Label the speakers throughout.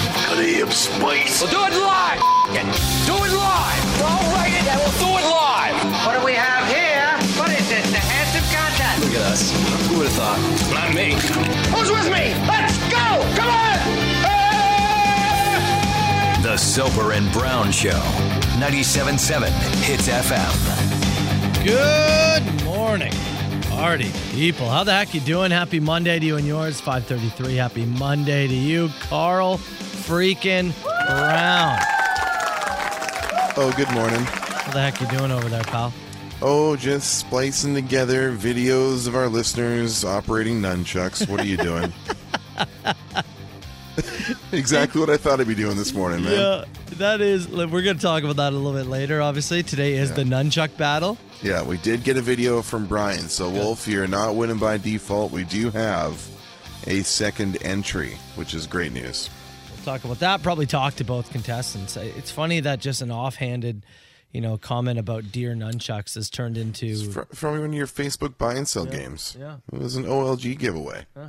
Speaker 1: some spice.
Speaker 2: We'll do it live. F- it. Do it live. I'll write it and we'll do it live.
Speaker 3: What do we have here? What is this? The hands of content.
Speaker 4: Look at us. Who would have thought?
Speaker 1: Not me.
Speaker 3: Who's with me? Let's go! Come on! Hey!
Speaker 5: The Sober and Brown Show, 97.7 Hits FM.
Speaker 6: Good morning, party people. How the heck you doing? Happy Monday to you and yours. 5:33. Happy Monday to you, Carl. Freaking Brown.
Speaker 7: Oh, good morning.
Speaker 6: What the heck you doing over there, pal?
Speaker 7: Oh, just splicing together videos of our listeners operating nunchucks. What are you doing? exactly what I thought I'd be doing this morning, man.
Speaker 6: Yeah, that is. We're going to talk about that a little bit later. Obviously, today is yeah. the nunchuck battle.
Speaker 7: Yeah, we did get a video from Brian. So, Good. Wolf, you're not winning by default. We do have a second entry, which is great news.
Speaker 6: We'll talk about that. Probably talk to both contestants. It's funny that just an offhanded you know, comment about deer nunchucks has turned into
Speaker 7: from, from one of your Facebook buy and sell
Speaker 6: yeah,
Speaker 7: games.
Speaker 6: Yeah,
Speaker 7: it was an OLG giveaway.
Speaker 6: Yeah.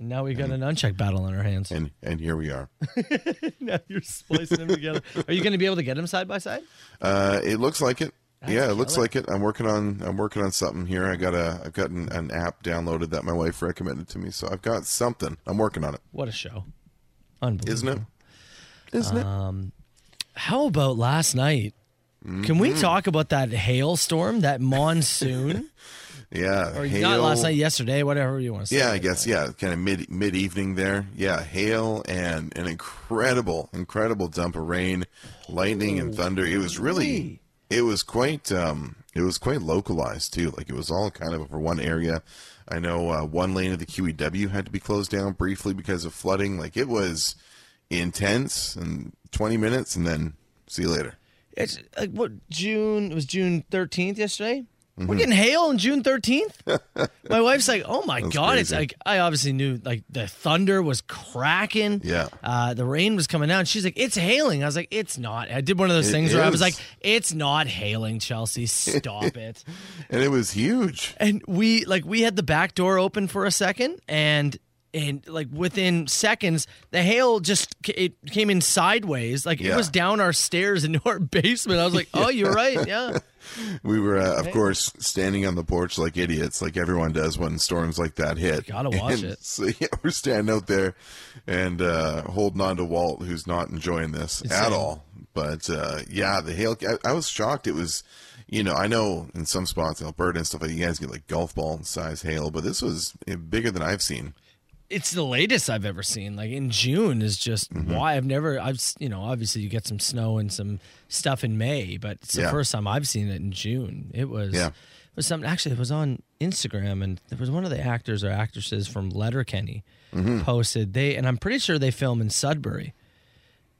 Speaker 6: And now we got and, a nunchuck battle on our hands.
Speaker 7: And and here we are.
Speaker 6: now you're splicing them together. Are you going to be able to get them side by side?
Speaker 7: Uh, it looks like it. That's yeah, it killer. looks like it. I'm working on I'm working on something here. I got a I've gotten an app downloaded that my wife recommended to me, so I've got something. I'm working on it.
Speaker 6: What a show! Unbelievable,
Speaker 7: isn't it? Isn't um,
Speaker 6: it? How about last night? Can we talk about that hailstorm, that monsoon?
Speaker 7: yeah,
Speaker 6: or hail, not last night, yesterday, whatever you want to say.
Speaker 7: Yeah, I guess. That. Yeah, kind of mid mid evening there. Yeah, hail and an incredible, incredible dump of rain, lightning and thunder. It was really, it was quite, um, it was quite localized too. Like it was all kind of over one area. I know uh, one lane of the QEW had to be closed down briefly because of flooding. Like it was intense and 20 minutes, and then see you later.
Speaker 6: It's like what June it was June thirteenth yesterday. Mm-hmm. We're getting hail on June thirteenth. my wife's like, "Oh my That's god!" Crazy. It's like I obviously knew like the thunder was cracking.
Speaker 7: Yeah,
Speaker 6: uh, the rain was coming down. She's like, "It's hailing." I was like, "It's not." I did one of those it things is. where I was like, "It's not hailing, Chelsea. Stop it."
Speaker 7: and it was huge.
Speaker 6: And we like we had the back door open for a second, and and like within seconds the hail just it came in sideways like yeah. it was down our stairs into our basement i was like oh you're right yeah
Speaker 7: we were uh, of course standing on the porch like idiots like everyone does when storms like that hit
Speaker 6: you gotta watch
Speaker 7: and
Speaker 6: it
Speaker 7: so yeah we're standing out there and uh, holding on to walt who's not enjoying this it's at same. all but uh, yeah the hail I, I was shocked it was you know, I know in some spots, Alberta and stuff like you guys get like golf ball size hail, but this was eh, bigger than I've seen
Speaker 6: it's the latest I've ever seen. Like in June is just mm-hmm. why I've never I've you know obviously you get some snow and some stuff in May, but it's the yeah. first time I've seen it in June. It was yeah. it was something actually it was on Instagram and there was one of the actors or actresses from Letterkenny mm-hmm. posted they and I'm pretty sure they film in Sudbury.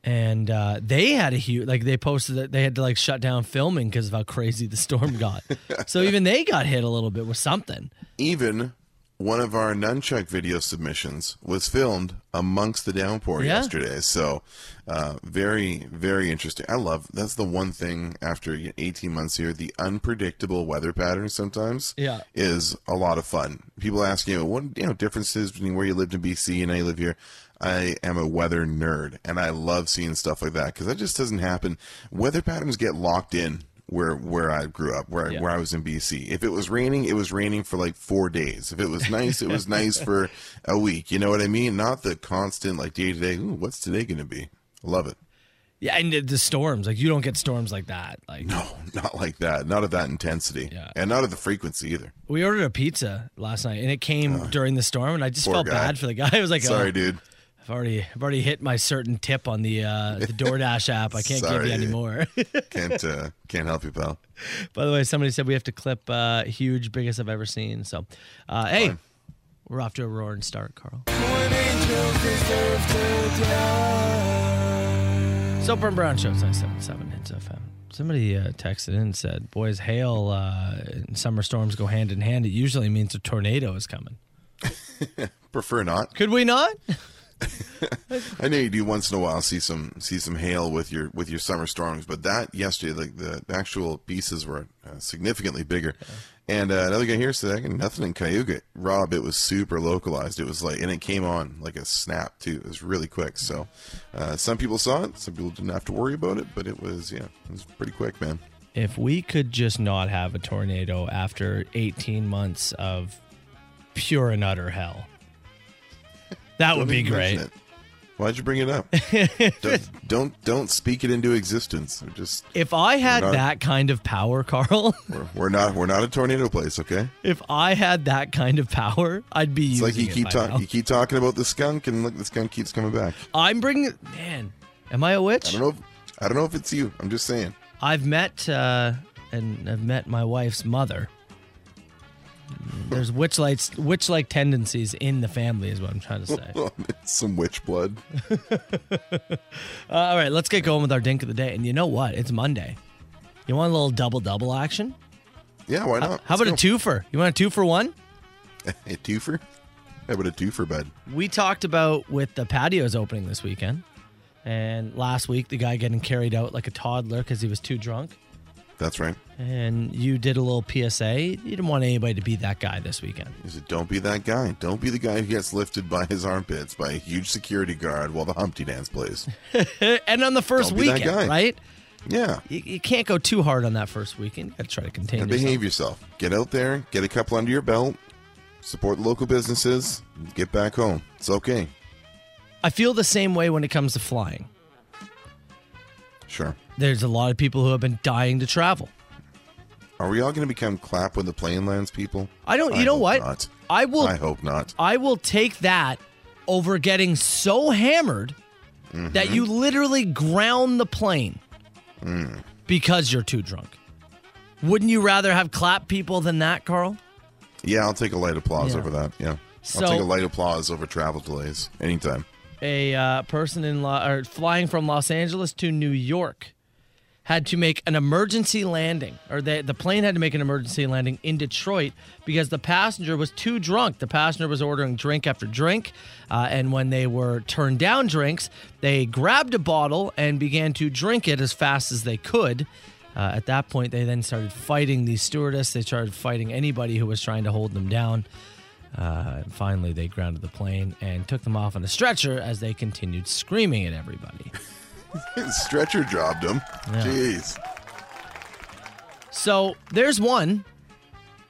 Speaker 6: And uh, they had a huge like they posted that they had to like shut down filming because of how crazy the storm got. so even they got hit a little bit with something.
Speaker 7: Even one of our nunchuck video submissions was filmed amongst the downpour yeah. yesterday. So, uh, very, very interesting. I love that's the one thing after 18 months here, the unpredictable weather pattern sometimes
Speaker 6: yeah.
Speaker 7: is a lot of fun. People ask you, know, what you know, differences between where you lived in BC and I live here? I am a weather nerd and I love seeing stuff like that because that just doesn't happen. Weather patterns get locked in where where I grew up, where yeah. where I was in BC. If it was raining, it was raining for like four days. If it was nice, it was nice for a week. You know what I mean? Not the constant like day to day. What's today going to be? Love it.
Speaker 6: Yeah, and the storms like you don't get storms like that. Like
Speaker 7: no, not like that. Not of that intensity.
Speaker 6: Yeah,
Speaker 7: and not of the frequency either.
Speaker 6: We ordered a pizza last night, and it came uh, during the storm, and I just felt guy. bad for the guy. I was like,
Speaker 7: sorry,
Speaker 6: oh.
Speaker 7: dude.
Speaker 6: I've already I've already hit my certain tip on the uh, the DoorDash app. I can't Sorry. give you any more.
Speaker 7: can't uh, can't help you, pal.
Speaker 6: By the way, somebody said we have to clip uh, huge biggest I've ever seen. So, uh, hey, Fine. we're off to a roaring start, Carl. Soper and Brown Show, 977 Hits FM. Somebody uh, texted in and said, Boys, hail uh, and summer storms go hand in hand. It usually means a tornado is coming.
Speaker 7: Prefer not.
Speaker 6: Could we not?
Speaker 7: I know you do once in a while see some see some hail with your with your summer storms, but that yesterday, like the, the actual pieces were uh, significantly bigger. And uh, another guy here said, "I got nothing in Cayuga, Rob. It was super localized. It was like, and it came on like a snap too. It was really quick. So, uh, some people saw it, some people didn't have to worry about it, but it was yeah, it was pretty quick, man.
Speaker 6: If we could just not have a tornado after 18 months of pure and utter hell, that would
Speaker 7: Don't
Speaker 6: be
Speaker 7: even mention
Speaker 6: great.
Speaker 7: it. Why'd you bring it up? don't, don't don't speak it into existence. We're just
Speaker 6: If I had
Speaker 7: Not-
Speaker 6: that kind of power, Carl,
Speaker 7: we're, we're not we're not a tornado place, okay?
Speaker 6: if I had that kind of power, I'd be
Speaker 7: It's
Speaker 6: using
Speaker 7: like you
Speaker 6: it
Speaker 7: keep
Speaker 6: by
Speaker 7: talking
Speaker 6: now.
Speaker 7: you keep talking about the skunk, and look, the skunk keeps coming back.
Speaker 6: I'm bringing. Man, am I a witch?
Speaker 7: I don't know. If, I don't know if it's you. I'm just saying.
Speaker 6: I've met uh, and I've met my wife's mother. There's witch lights, witch like tendencies in the family, is what I'm trying to say. Uh,
Speaker 7: it's some witch blood.
Speaker 6: all right, let's get going with our dink of the day. And you know what? It's Monday. You want a little double double action?
Speaker 7: Yeah, why not?
Speaker 6: How about a twofer? You want a two for one?
Speaker 7: a two? A twofer? How about a twofer, bud?
Speaker 6: We talked about with the patios opening this weekend, and last week the guy getting carried out like a toddler because he was too drunk.
Speaker 7: That's right.
Speaker 6: And you did a little PSA. You didn't want anybody to be that guy this weekend.
Speaker 7: He said, "Don't be that guy. Don't be the guy who gets lifted by his armpits by a huge security guard while the Humpty Dance plays."
Speaker 6: And on the 1st
Speaker 7: Don't be that guy.
Speaker 6: weekend, right?
Speaker 7: Yeah.
Speaker 6: you, you can't go too hard on that first weekend. You got to try to contain
Speaker 7: and
Speaker 6: yourself.
Speaker 7: behave yourself. Get out there, get a couple under your belt, support local businesses, get back home. It's okay.
Speaker 6: I feel the same way when it comes to flying.
Speaker 7: Sure.
Speaker 6: There's a lot of people who have been dying to travel.
Speaker 7: Are we all going to become clap when the plane lands people?
Speaker 6: I don't. You know
Speaker 7: hope
Speaker 6: what?
Speaker 7: not.
Speaker 6: I will.
Speaker 7: I hope not.
Speaker 6: I will take that over getting so hammered that
Speaker 7: Mm-hmm.
Speaker 6: you literally ground the plane
Speaker 7: Mm.
Speaker 6: because you're too drunk. Wouldn't you rather have clap people than that, Carl?
Speaker 7: Yeah, I'll take a light applause
Speaker 6: Yeah.
Speaker 7: over that. Yeah.
Speaker 6: So-
Speaker 7: I'll take a light applause over travel delays anytime.
Speaker 6: a uh, person in Lo- or flying from Los Angeles to New York had to make an emergency landing, or they, the plane had to make an emergency landing in Detroit because the passenger was too drunk. The passenger was ordering drink after drink, uh, and when they were turned down drinks, they grabbed a bottle and began to drink it as fast as they could. Uh, at that point, they then started fighting the stewardess. They started fighting anybody who was trying to hold them down. Uh, and finally, they grounded the plane and took them off on a stretcher as they continued screaming at everybody.
Speaker 7: Stretcher dropped him. Jeez.
Speaker 6: So there's one.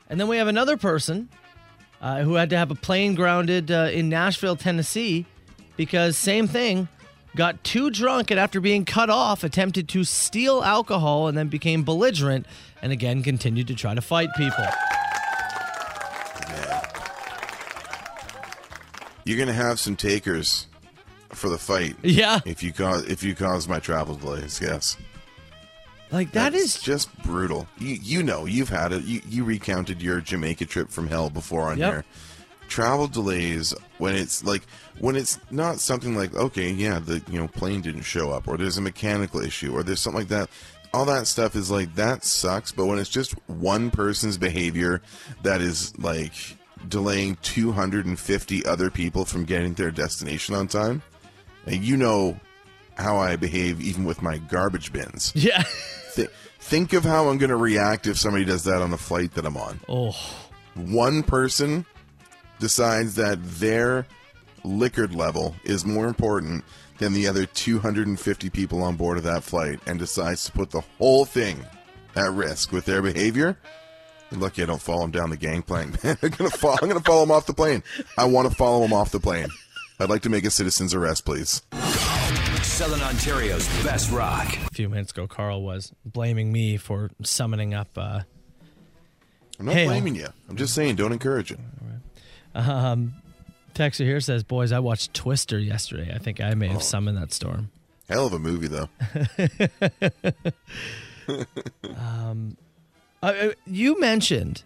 Speaker 6: And then we have another person uh, who had to have a plane grounded uh, in Nashville, Tennessee, because same thing, got too drunk and after being cut off, attempted to steal alcohol and then became belligerent and again continued to try to fight people.
Speaker 7: You're going to have some takers for the fight.
Speaker 6: Yeah.
Speaker 7: If you cause if you cause my travel delays, yes.
Speaker 6: Like, that
Speaker 7: That's
Speaker 6: is
Speaker 7: just brutal. You, you know, you've had it. You, you recounted your Jamaica trip from hell before on
Speaker 6: Yep.
Speaker 7: here. Travel delays when it's like when it's not something like okay, yeah, the you know plane didn't show up, or there's a mechanical issue, or there's something like that. All that stuff is like that sucks. But when it's just one person's behavior that is like delaying 250 other people from getting to their destination on time, and you know how I behave even with my garbage bins
Speaker 6: Yeah.
Speaker 7: th- think of how I'm going to react if somebody does that on the flight that I'm on.
Speaker 6: oh,
Speaker 7: One person decides that their liquored level is more important than the other 250 people on board of that flight and decides to put the whole thing at risk with their behavior. You're Lucky I don't follow him down the gangplank. man. I'm gonna fall. I'm gonna follow him off the plane. I want to follow him off the plane. I'd like to make a citizen's arrest, please.
Speaker 5: Southern Ontario's best rock.
Speaker 6: a few minutes ago, Carl was blaming me for summoning up. Uh,
Speaker 7: I'm not
Speaker 6: Hey.
Speaker 7: blaming you. I'm just saying, don't encourage it.
Speaker 6: Texter here says, "Boys, I watched Twister yesterday. I think I may have summoned that storm."
Speaker 7: Hell of a movie, though.
Speaker 6: Uh, Uh, you mentioned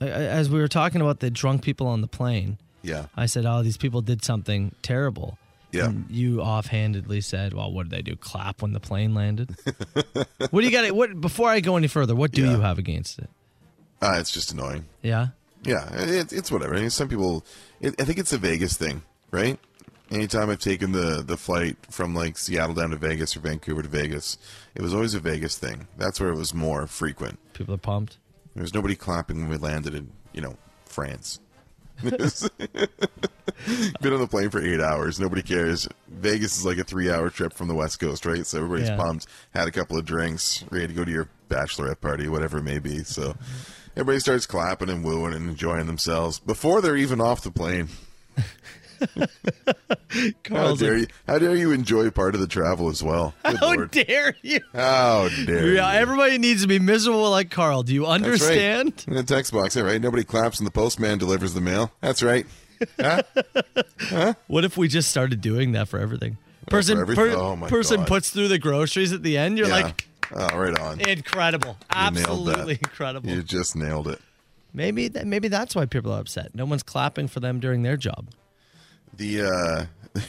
Speaker 6: uh, as we were talking about the drunk people on the plane.
Speaker 7: Yeah.
Speaker 6: I said, "Oh, these people did something terrible."
Speaker 7: Yeah.
Speaker 6: And you offhandedly said, "Well, what did they do? Clap when the plane landed?" what do you got? What before I go any further, what do
Speaker 7: Yeah.
Speaker 6: you have against it?
Speaker 7: Uh, it's just annoying.
Speaker 6: Yeah.
Speaker 7: Yeah, it, it's whatever. I mean, some people, it, I think it's a Vegas thing, right? anytime I've taken the the flight from like Seattle down to Vegas or Vancouver to Vegas, it was always a Vegas thing. That's where it was more frequent.
Speaker 6: People are pumped.
Speaker 7: There was nobody clapping when we landed in you know France. Been on the plane for eight hours. Nobody cares. Vegas is like a three-hour trip from the West Coast, right? So everybody's
Speaker 6: Yeah.
Speaker 7: pumped. Had a couple of drinks, ready to go to your bachelorette party, whatever it may be. So everybody starts clapping and wooing and enjoying themselves before they're even off the plane. How
Speaker 6: Carl's
Speaker 7: dare you?
Speaker 6: like,
Speaker 7: How dare you enjoy part of the travel as well? Good
Speaker 6: How
Speaker 7: lord.
Speaker 6: dare you?
Speaker 7: How dare
Speaker 6: Yeah,
Speaker 7: you?
Speaker 6: everybody needs to be miserable like Carl. Do you
Speaker 7: That's right.
Speaker 6: understand?
Speaker 7: In the text box, all right. Nobody claps and the postman delivers the mail. That's right. Huh?
Speaker 6: What if we just started doing that for everything? Person,
Speaker 7: every-
Speaker 6: per-
Speaker 7: oh my
Speaker 6: person
Speaker 7: God.
Speaker 6: puts through the groceries at the end. You're like,
Speaker 7: Yeah. oh, right on.
Speaker 6: incredible,
Speaker 7: nailed that.
Speaker 6: absolutely incredible.
Speaker 7: You just nailed it.
Speaker 6: Maybe that, maybe that's why people are upset. No one's clapping for them during their job.
Speaker 7: The uh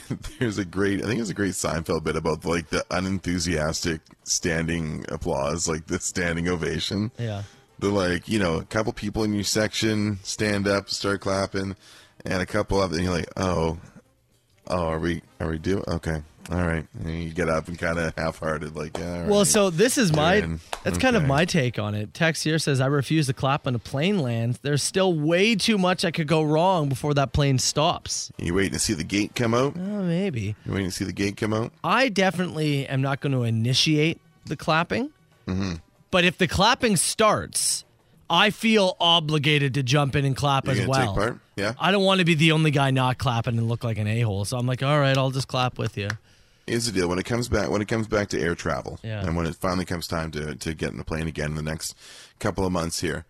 Speaker 7: there's a great I think it's a great Seinfeld bit about like the unenthusiastic standing applause, like the standing ovation.
Speaker 6: Yeah.
Speaker 7: They're like, you know, a couple people in your section stand up, start clapping, and a couple of and you're like, oh, oh, are we are we do okay, all right. And you get up and kind of half-hearted, like, yeah, all
Speaker 6: Well,
Speaker 7: right.
Speaker 6: so this is my
Speaker 7: Dude,
Speaker 6: that's kind of
Speaker 7: okay.
Speaker 6: my take on it. Tex here says I refuse to clap on a plane lands. There's still way too much that could go wrong before that plane stops.
Speaker 7: you waiting to see the gate come out.
Speaker 6: Oh, maybe.
Speaker 7: You waiting to see the gate come out.
Speaker 6: I definitely am not going to initiate the clapping.
Speaker 7: Mm-hmm.
Speaker 6: But if the clapping starts, I feel obligated to jump in and clap
Speaker 7: You're
Speaker 6: as
Speaker 7: gonna
Speaker 6: well.
Speaker 7: take part. Yeah.
Speaker 6: I don't want to be the only guy not clapping and look like an a hole. So I'm like, all right, I'll just clap with you.
Speaker 7: is the deal when it comes back when it comes back to air travel
Speaker 6: Yeah.
Speaker 7: and when it finally comes time to, to get in the plane again in the next couple of months here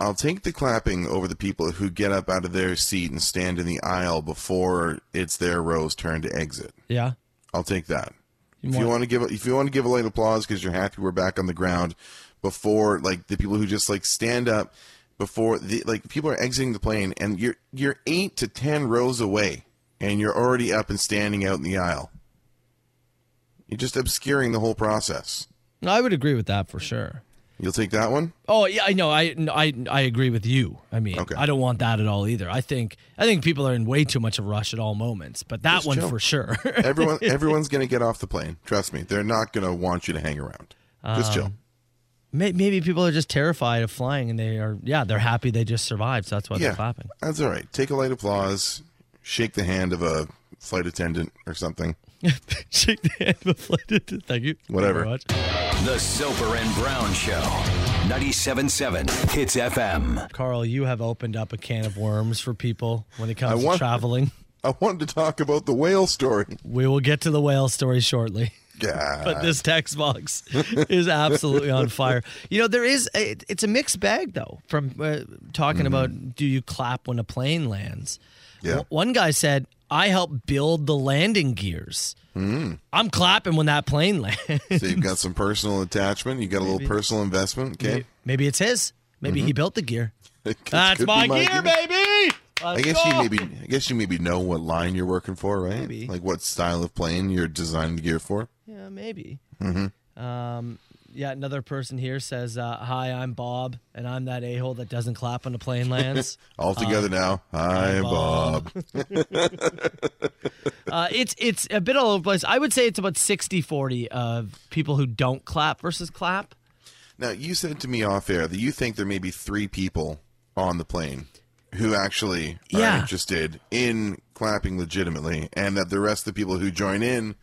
Speaker 7: i'll take the clapping over the people who get up out of their seat and stand in the aisle before it's their row's turn to exit
Speaker 6: Yeah.
Speaker 7: i'll take that if you
Speaker 6: want-
Speaker 7: want to give a- if you want to give a light applause because you're happy we're back on the ground before like the people who just like stand up before the like people are exiting the plane and you're you're eight to ten rows away and you're already up and standing out in the aisle you're just obscuring the whole process
Speaker 6: No, I would agree with that for sure.
Speaker 7: you'll take that one
Speaker 6: Oh yeah, I know. I no, I I agree with you. I mean,
Speaker 7: Okay.
Speaker 6: I don't want that at all either. I think I think people are in way too much of a rush at all moments. But that one
Speaker 7: chill.
Speaker 6: for sure.
Speaker 7: everyone everyone's gonna get off the plane trust me they're not gonna want you to hang around just chill
Speaker 6: Um, May- Maybe people are just terrified of flying, and they are yeah, they're happy they just survived. So that's why
Speaker 7: yeah
Speaker 6: they're clapping.
Speaker 7: that's all right take a light applause shake the hand of a flight attendant or something
Speaker 6: Shake the hand of a flight attendant. Thank you.
Speaker 7: Whatever.
Speaker 6: Thank you very much.
Speaker 5: The Soper and Brown Show. 97.7 Hits FM.
Speaker 6: Carl, you have opened up a can of worms for people when it comes
Speaker 7: I
Speaker 6: to
Speaker 7: want-
Speaker 6: traveling.
Speaker 7: I wanted to talk about the whale story.
Speaker 6: We will get to the whale story shortly.
Speaker 7: Yeah.
Speaker 6: but this text box is absolutely on fire. You know, there is a, it's a mixed bag though. From uh, talking about do you clap when a plane lands?
Speaker 7: Mm-hmm. Yeah.
Speaker 6: W- one guy said, "I help build the landing gears.
Speaker 7: Mm.
Speaker 6: I'm clapping when that plane lands.
Speaker 7: so you've got some personal attachment. You got a little personal investment. Okay.
Speaker 6: Maybe it's his. Maybe he built the gear.
Speaker 7: It Mm-hmm. could-
Speaker 6: That's
Speaker 7: could be
Speaker 6: my, gear, baby.
Speaker 7: I guess you maybe I guess you maybe know what line you're working for, right?
Speaker 6: Maybe.
Speaker 7: Like what style of plane you're designing the gear for.
Speaker 6: Yeah, maybe.
Speaker 7: Mm-hmm.
Speaker 6: Um, yeah, another person here says, uh, "Hi, I'm Bob, and I'm that a hole that doesn't clap when a plane lands."
Speaker 7: All together now. Hi, Bob.
Speaker 6: Uh, it's it's a bit all over the place. I would say it's about 60-40 of people who don't clap versus clap.
Speaker 7: Now you said to me off air that you think there may be three people on the plane who actually are
Speaker 6: Yeah.
Speaker 7: interested in clapping legitimately, and that the rest of the people who join in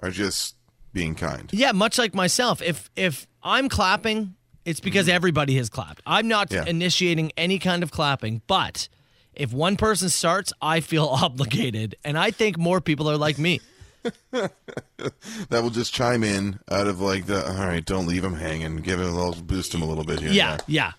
Speaker 7: are just being kind.
Speaker 6: Yeah, much like myself. If if I'm clapping, it's because everybody has clapped. I'm not
Speaker 7: Mm-hmm. Yeah.
Speaker 6: initiating any kind of clapping, but if one person starts, I feel obligated, and I think more people are like me.
Speaker 7: that will just chime in out of like the all right, don't leave him hanging. Give him a little boost him a little bit here. and
Speaker 6: Yeah,
Speaker 7: there."
Speaker 6: yeah.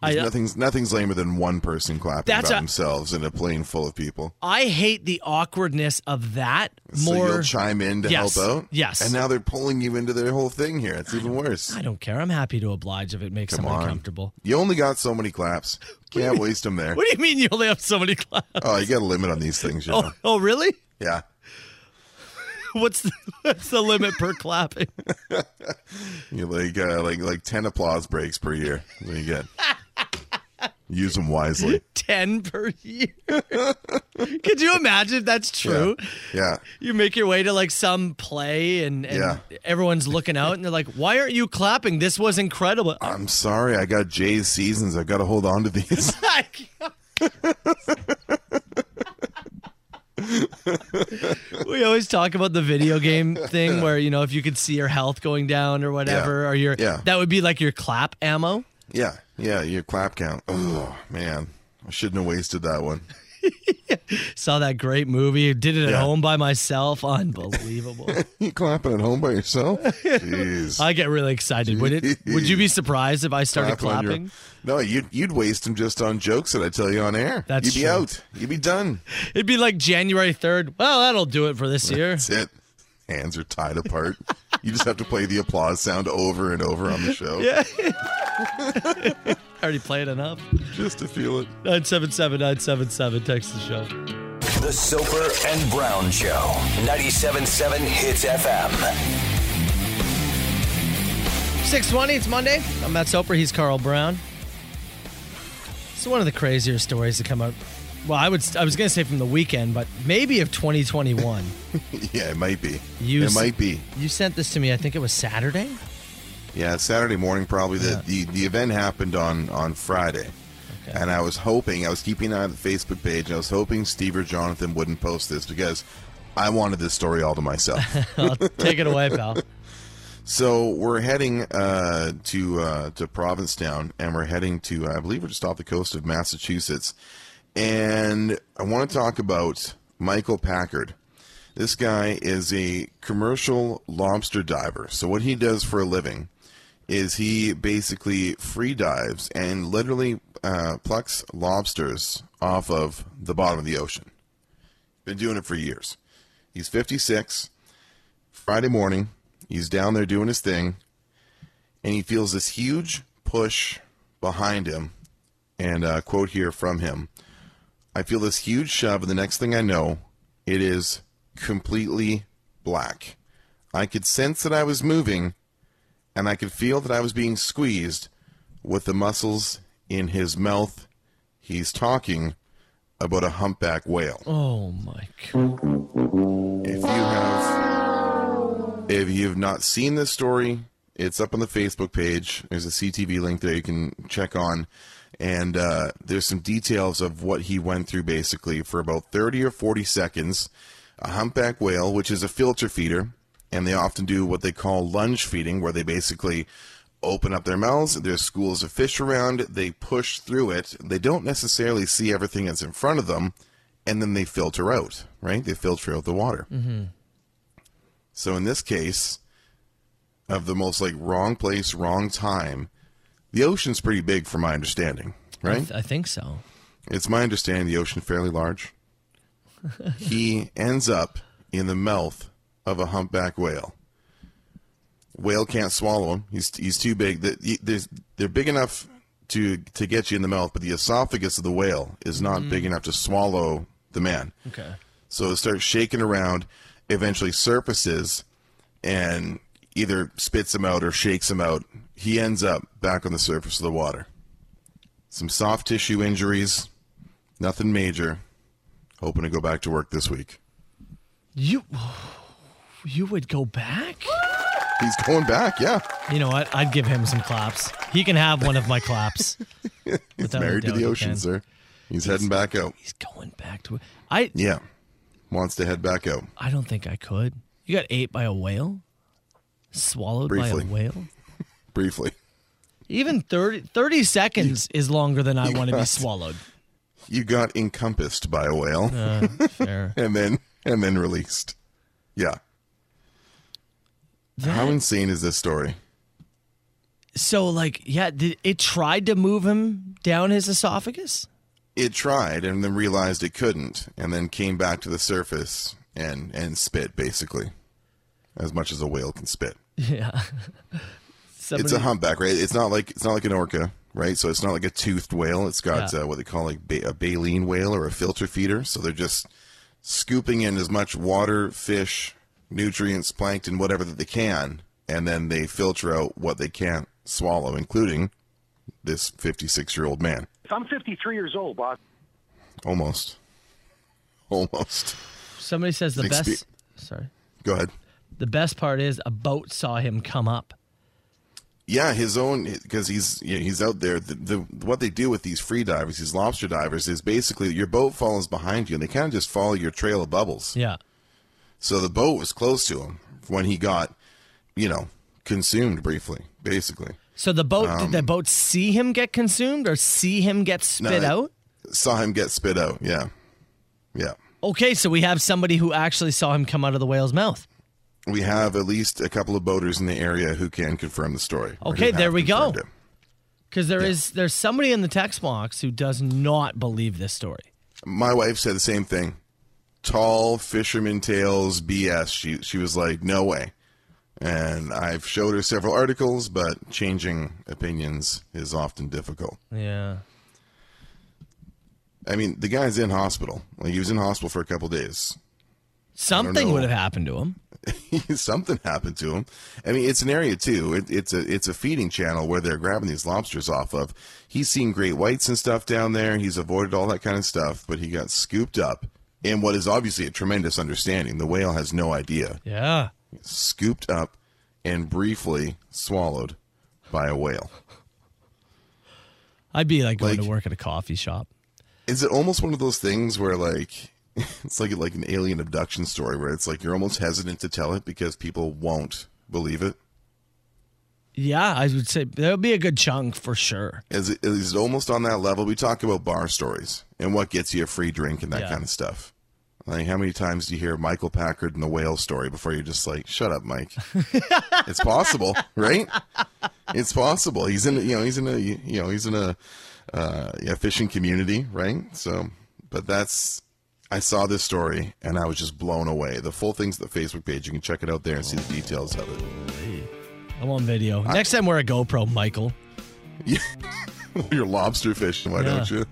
Speaker 7: There's
Speaker 6: I, uh,
Speaker 7: nothing's nothing's lamer than one person clapping
Speaker 6: That's
Speaker 7: about
Speaker 6: a-
Speaker 7: themselves in a plane full of people.
Speaker 6: I hate the awkwardness of that
Speaker 7: so
Speaker 6: more.
Speaker 7: you'll chime in to
Speaker 6: Yes,
Speaker 7: help out.
Speaker 6: yes.
Speaker 7: And now they're pulling you into their whole thing here. It's even worse.
Speaker 6: I don't care. I'm happy to oblige if it makes
Speaker 7: Come
Speaker 6: somebody
Speaker 7: on.
Speaker 6: comfortable.
Speaker 7: You only got so many claps. Can't waste them there.
Speaker 6: What do you mean you only have so many claps?
Speaker 7: Oh, you got a limit on these things, you know.
Speaker 6: Oh, oh really?
Speaker 7: Yeah.
Speaker 6: What's the, what's the limit per clapping?
Speaker 7: You like uh, like like ten applause breaks per year. That's what you get. Use them wisely.
Speaker 6: 10 per year. Could you imagine if that's true?
Speaker 7: Yeah.
Speaker 6: You make your way to like some play and, and
Speaker 7: Yeah.
Speaker 6: everyone's looking out and they're like, why aren't you clapping? This was incredible.
Speaker 7: I'm sorry, I got Jay's seasons. I've got to hold on to these.
Speaker 6: we always talk about the video game thing where, you know, if you could see your health going down or whatever, or your,
Speaker 7: Yeah.
Speaker 6: that would be like your clap ammo.
Speaker 7: yeah, yeah, your clap count. Oh, man. I shouldn't have wasted that one.
Speaker 6: Saw that great movie, did it at
Speaker 7: Yeah.
Speaker 6: home by myself. Unbelievable.
Speaker 7: You clapping at home by yourself? Jeez.
Speaker 6: I get really excited. Would it? Would you be surprised if I started
Speaker 7: Clap on your-
Speaker 6: clapping?
Speaker 7: no, you'd, you'd waste them just on jokes that I tell you on air.
Speaker 6: That's
Speaker 7: you'd be
Speaker 6: true.
Speaker 7: out. You'd be done.
Speaker 6: It'd be like January third. Well, that'll do it for this year.
Speaker 7: That's it. Hands are tied apart. you just have to play the applause sound over and over on the show
Speaker 6: Yeah. I already played enough.
Speaker 7: just to feel it.
Speaker 6: Nine seven seven nine seven seven. Text the show.
Speaker 5: The Soper and Brown Show. 97.7 Hits FM.
Speaker 6: 620, it's Monday. I'm Matt Soper. He's Carl Brown. It's one of the crazier stories to come out. Well, I would I was going to say from the weekend, but maybe of 2021.
Speaker 7: Yeah, it might be.
Speaker 6: You
Speaker 7: it
Speaker 6: s-
Speaker 7: might be.
Speaker 6: you sent this to me. I think it was Saturday.
Speaker 7: Yeah, it's Saturday morning probably. The, the the event happened on on Friday, and I was hoping I was keeping an eye on the Facebook page. And I was hoping Steve or Jonathan wouldn't post this because I wanted this story all to myself.
Speaker 6: I'll take it away, pal.
Speaker 7: so we're heading uh, to uh, to Provincetown, and we're heading to I believe we're just off the coast of Massachusetts, and I want to talk about Michael Packard. This guy is a commercial lobster diver. So what he does for a living is he basically free dives and literally uh, plucks lobsters off of the bottom of the ocean. Been doing it for years. He's 56. Friday morning, he's down there doing his thing, and he feels this huge push behind him. And uh, quote here from him I feel this huge shove, and the next thing I know, it is completely black. I could sense that I was moving, and I could feel that I was being squeezed with the muscles in his mouth. He's talking about a humpback whale
Speaker 6: Oh my god.
Speaker 7: if you have if you've not seen this story it's up on the facebook page there's a ctv link there you can check on and uh, there's some details of what he went through basically for about 30 or 40 seconds a humpback whale which is a filter feeder and they often do what they call lunge feeding where they basically open up their mouths there's schools of fish around they push through it they don't necessarily see everything that's in front of them and then they filter out right they filter out the water so in this case, of the most like wrong place, wrong time, the ocean's pretty big for my understanding,
Speaker 6: I,
Speaker 7: right?
Speaker 6: th- I think so.
Speaker 7: It's my understanding the ocean fairly large. he ends up in the mouth of a humpback whale. Whale can't swallow him. He's he's too big. The- he- there's- They're big enough to to get you in the mouth, but the esophagus of the whale is not big enough to swallow the man.
Speaker 6: Okay.
Speaker 7: So it starts shaking around, eventually surfaces, and either spits him out or shakes him out. He ends up back on the surface of the water. Some soft tissue injuries, nothing major. Hoping to go back to work this week.
Speaker 6: You you would go back?
Speaker 7: He's going back, yeah.
Speaker 6: You know what? I'd give him some claps. He can have one of my claps.
Speaker 7: He's
Speaker 6: Without a
Speaker 7: married to
Speaker 6: doubt
Speaker 7: the
Speaker 6: he
Speaker 7: ocean,
Speaker 6: can.
Speaker 7: sir. He's, heading back out.
Speaker 6: He's going back to I
Speaker 7: Yeah. Wants to head back out.
Speaker 6: I don't think I could. You got ate by a whale? Swallowed
Speaker 7: Briefly.
Speaker 6: by a whale?
Speaker 7: Briefly.
Speaker 6: Even 30, 30 seconds is longer than I want to be
Speaker 7: got-
Speaker 6: swallowed. Uh,
Speaker 7: You got encompassed by a whale
Speaker 6: Fair.
Speaker 7: and then and then released. Yeah. How insane is this story?
Speaker 6: So, like, yeah, did, it tried to move him down his esophagus?
Speaker 7: it tried and then realized it couldn't and then came back to the surface and and spit basically as much as a whale can spit
Speaker 6: Yeah.
Speaker 7: it's
Speaker 6: Somebody-
Speaker 7: a humpback right it's not like it's not like an orca right so it's not like a toothed whale it's got
Speaker 6: Yeah.
Speaker 7: uh, what they call like ba- a baleen whale or a filter feeder so they're just scooping in as much water fish nutrients plankton whatever that they can and then they filter out what they can't swallow including this 56 year old man
Speaker 1: I'm 53 years old, boss.
Speaker 7: Almost. Almost.
Speaker 6: Somebody says the
Speaker 7: Expe-
Speaker 6: best. Sorry.
Speaker 7: Go ahead.
Speaker 6: The best part is a boat saw him come up.
Speaker 7: Yeah, his own because he's yeah, he's out there. The, the what they do with these free divers, these lobster divers, is basically your boat follows behind you, and they kind of just follow your trail of bubbles.
Speaker 6: Yeah.
Speaker 7: So the boat was close to him when he got, you know, consumed briefly, basically.
Speaker 6: So the boat did the boat see him get consumed or see him get spit
Speaker 7: it-
Speaker 6: out?
Speaker 7: Saw him get spit out. Yeah, yeah.
Speaker 6: Okay, so we have somebody who actually saw him come out of the whale's mouth.
Speaker 7: We have at least a couple of boaters in the area who can confirm the story. or
Speaker 6: Okay,
Speaker 7: who have
Speaker 6: there we go.
Speaker 7: confirmed it.
Speaker 6: Because there is there's somebody in the text box who does not believe this story.
Speaker 7: My wife said the same thing. Tall fisherman tales BS. She she was like, no way. And I've showed her several articles, but changing opinions is often difficult.
Speaker 6: Yeah.
Speaker 7: I mean, the guy's in hospital. Like he was in hospital for a couple days.
Speaker 6: Something would have happened to him.
Speaker 7: Something happened to him. I mean, it's an area too. It, it's a it's a feeding channel where they're grabbing these lobsters off of. He's seen great whites and stuff down there. He's avoided all that kind of stuff, but he got scooped up in what is obviously a tremendous understanding. The whale has no idea.
Speaker 6: Yeah.
Speaker 7: Scooped up and briefly swallowed by a whale.
Speaker 6: I'd be like going
Speaker 7: Like-
Speaker 6: to work at a coffee shop.
Speaker 7: Is it almost one of those things where like it's like like an alien abduction story where it's like you're almost hesitant to tell it because people won't believe it?
Speaker 6: Yeah, I would say there'll be a good chunk for sure.
Speaker 7: is it, is it almost on that level? We talk about bar stories and what gets you a free drink and that
Speaker 6: Yeah.
Speaker 7: kind of stuff. Like how many times do you hear Michael Packard and the whale story before you're just like, shut up, Mike? it's possible, right? It's possible. He's in, you know, he's in a, you know, he's in a, uh, yeah, fishing community, right? So, but that's, I saw this story and I was just blown away. The full thing's the Facebook page. You can check it out there and see the details of it.
Speaker 6: I'm on video. Next time wear a GoPro, Michael.
Speaker 7: You're lobster fishing, why
Speaker 6: Yeah.
Speaker 7: don't you?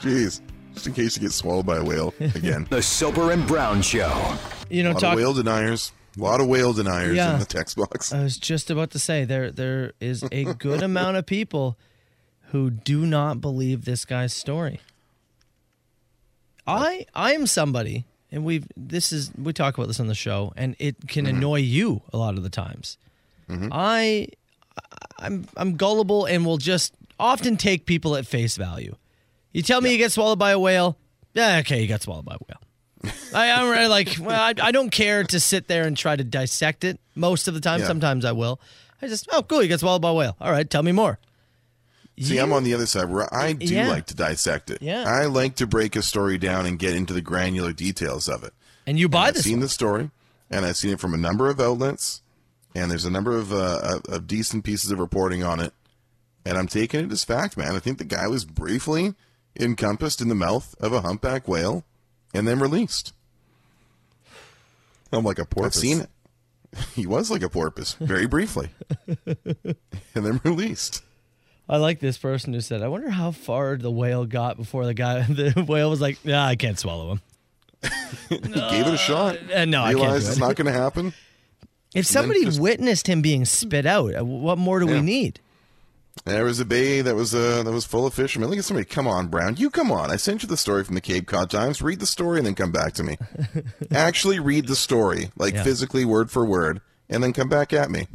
Speaker 7: Jeez, just in case you get swallowed by a whale again.
Speaker 5: The Soper and Brown Show.
Speaker 6: You know,
Speaker 7: a lot
Speaker 6: talk
Speaker 7: of whale deniers. A lot of whale deniers
Speaker 6: Yeah. Uh,
Speaker 7: in the text box.
Speaker 6: I was just about to say there there is a good amount of people who do not believe this guy's story. I I am somebody and we've this is we talk about this on the show and it can annoy you a lot of the times. I I'm I'm gullible and will just often take people at face value. You tell me you get swallowed by a whale, yeah, okay, you got swallowed by a whale. I, I'm really like, well, I, I don't care to sit there and try to dissect it most of the time.
Speaker 7: Yeah.
Speaker 6: Sometimes I will. I just, oh, cool, you got swallowed by a whale. All right, tell me more.
Speaker 7: See, I'm on the other side where I do
Speaker 6: Yeah.
Speaker 7: like to dissect it.
Speaker 6: Yeah.
Speaker 7: I like to break a story down and get into the granular details of it.
Speaker 6: And you buy
Speaker 7: I've
Speaker 6: this.
Speaker 7: seen
Speaker 6: one.
Speaker 7: the story, and I've seen it from a number of outlets, and there's a number of, uh, of- of decent pieces of reporting on it, and I'm taking it as fact, man. I think the guy was briefly encompassed in the mouth of a humpback whale, and then released.
Speaker 4: I'm like a porpoise.
Speaker 7: I've seen it. He was like a porpoise, very briefly, and then released.
Speaker 6: I like this person who said, I wonder how far the whale got before the guy, the whale was like, nah, I can't swallow him.
Speaker 7: He gave it a shot.
Speaker 6: uh, no, I can't
Speaker 7: realized
Speaker 6: do
Speaker 7: it's
Speaker 6: it.
Speaker 7: not going to happen.
Speaker 6: If somebody
Speaker 7: just-
Speaker 6: witnessed him being spit out, uh, what more do we
Speaker 7: Yeah.
Speaker 6: need?
Speaker 7: There was a bay that was uh, that was full of fishermen. Look at somebody. Come on, Brown. You come on. I sent you the story from the Cape Cod Times. Read the story and then come back to me. Actually, read the story, like
Speaker 6: Yeah.
Speaker 7: physically, word for word, and then come back at me.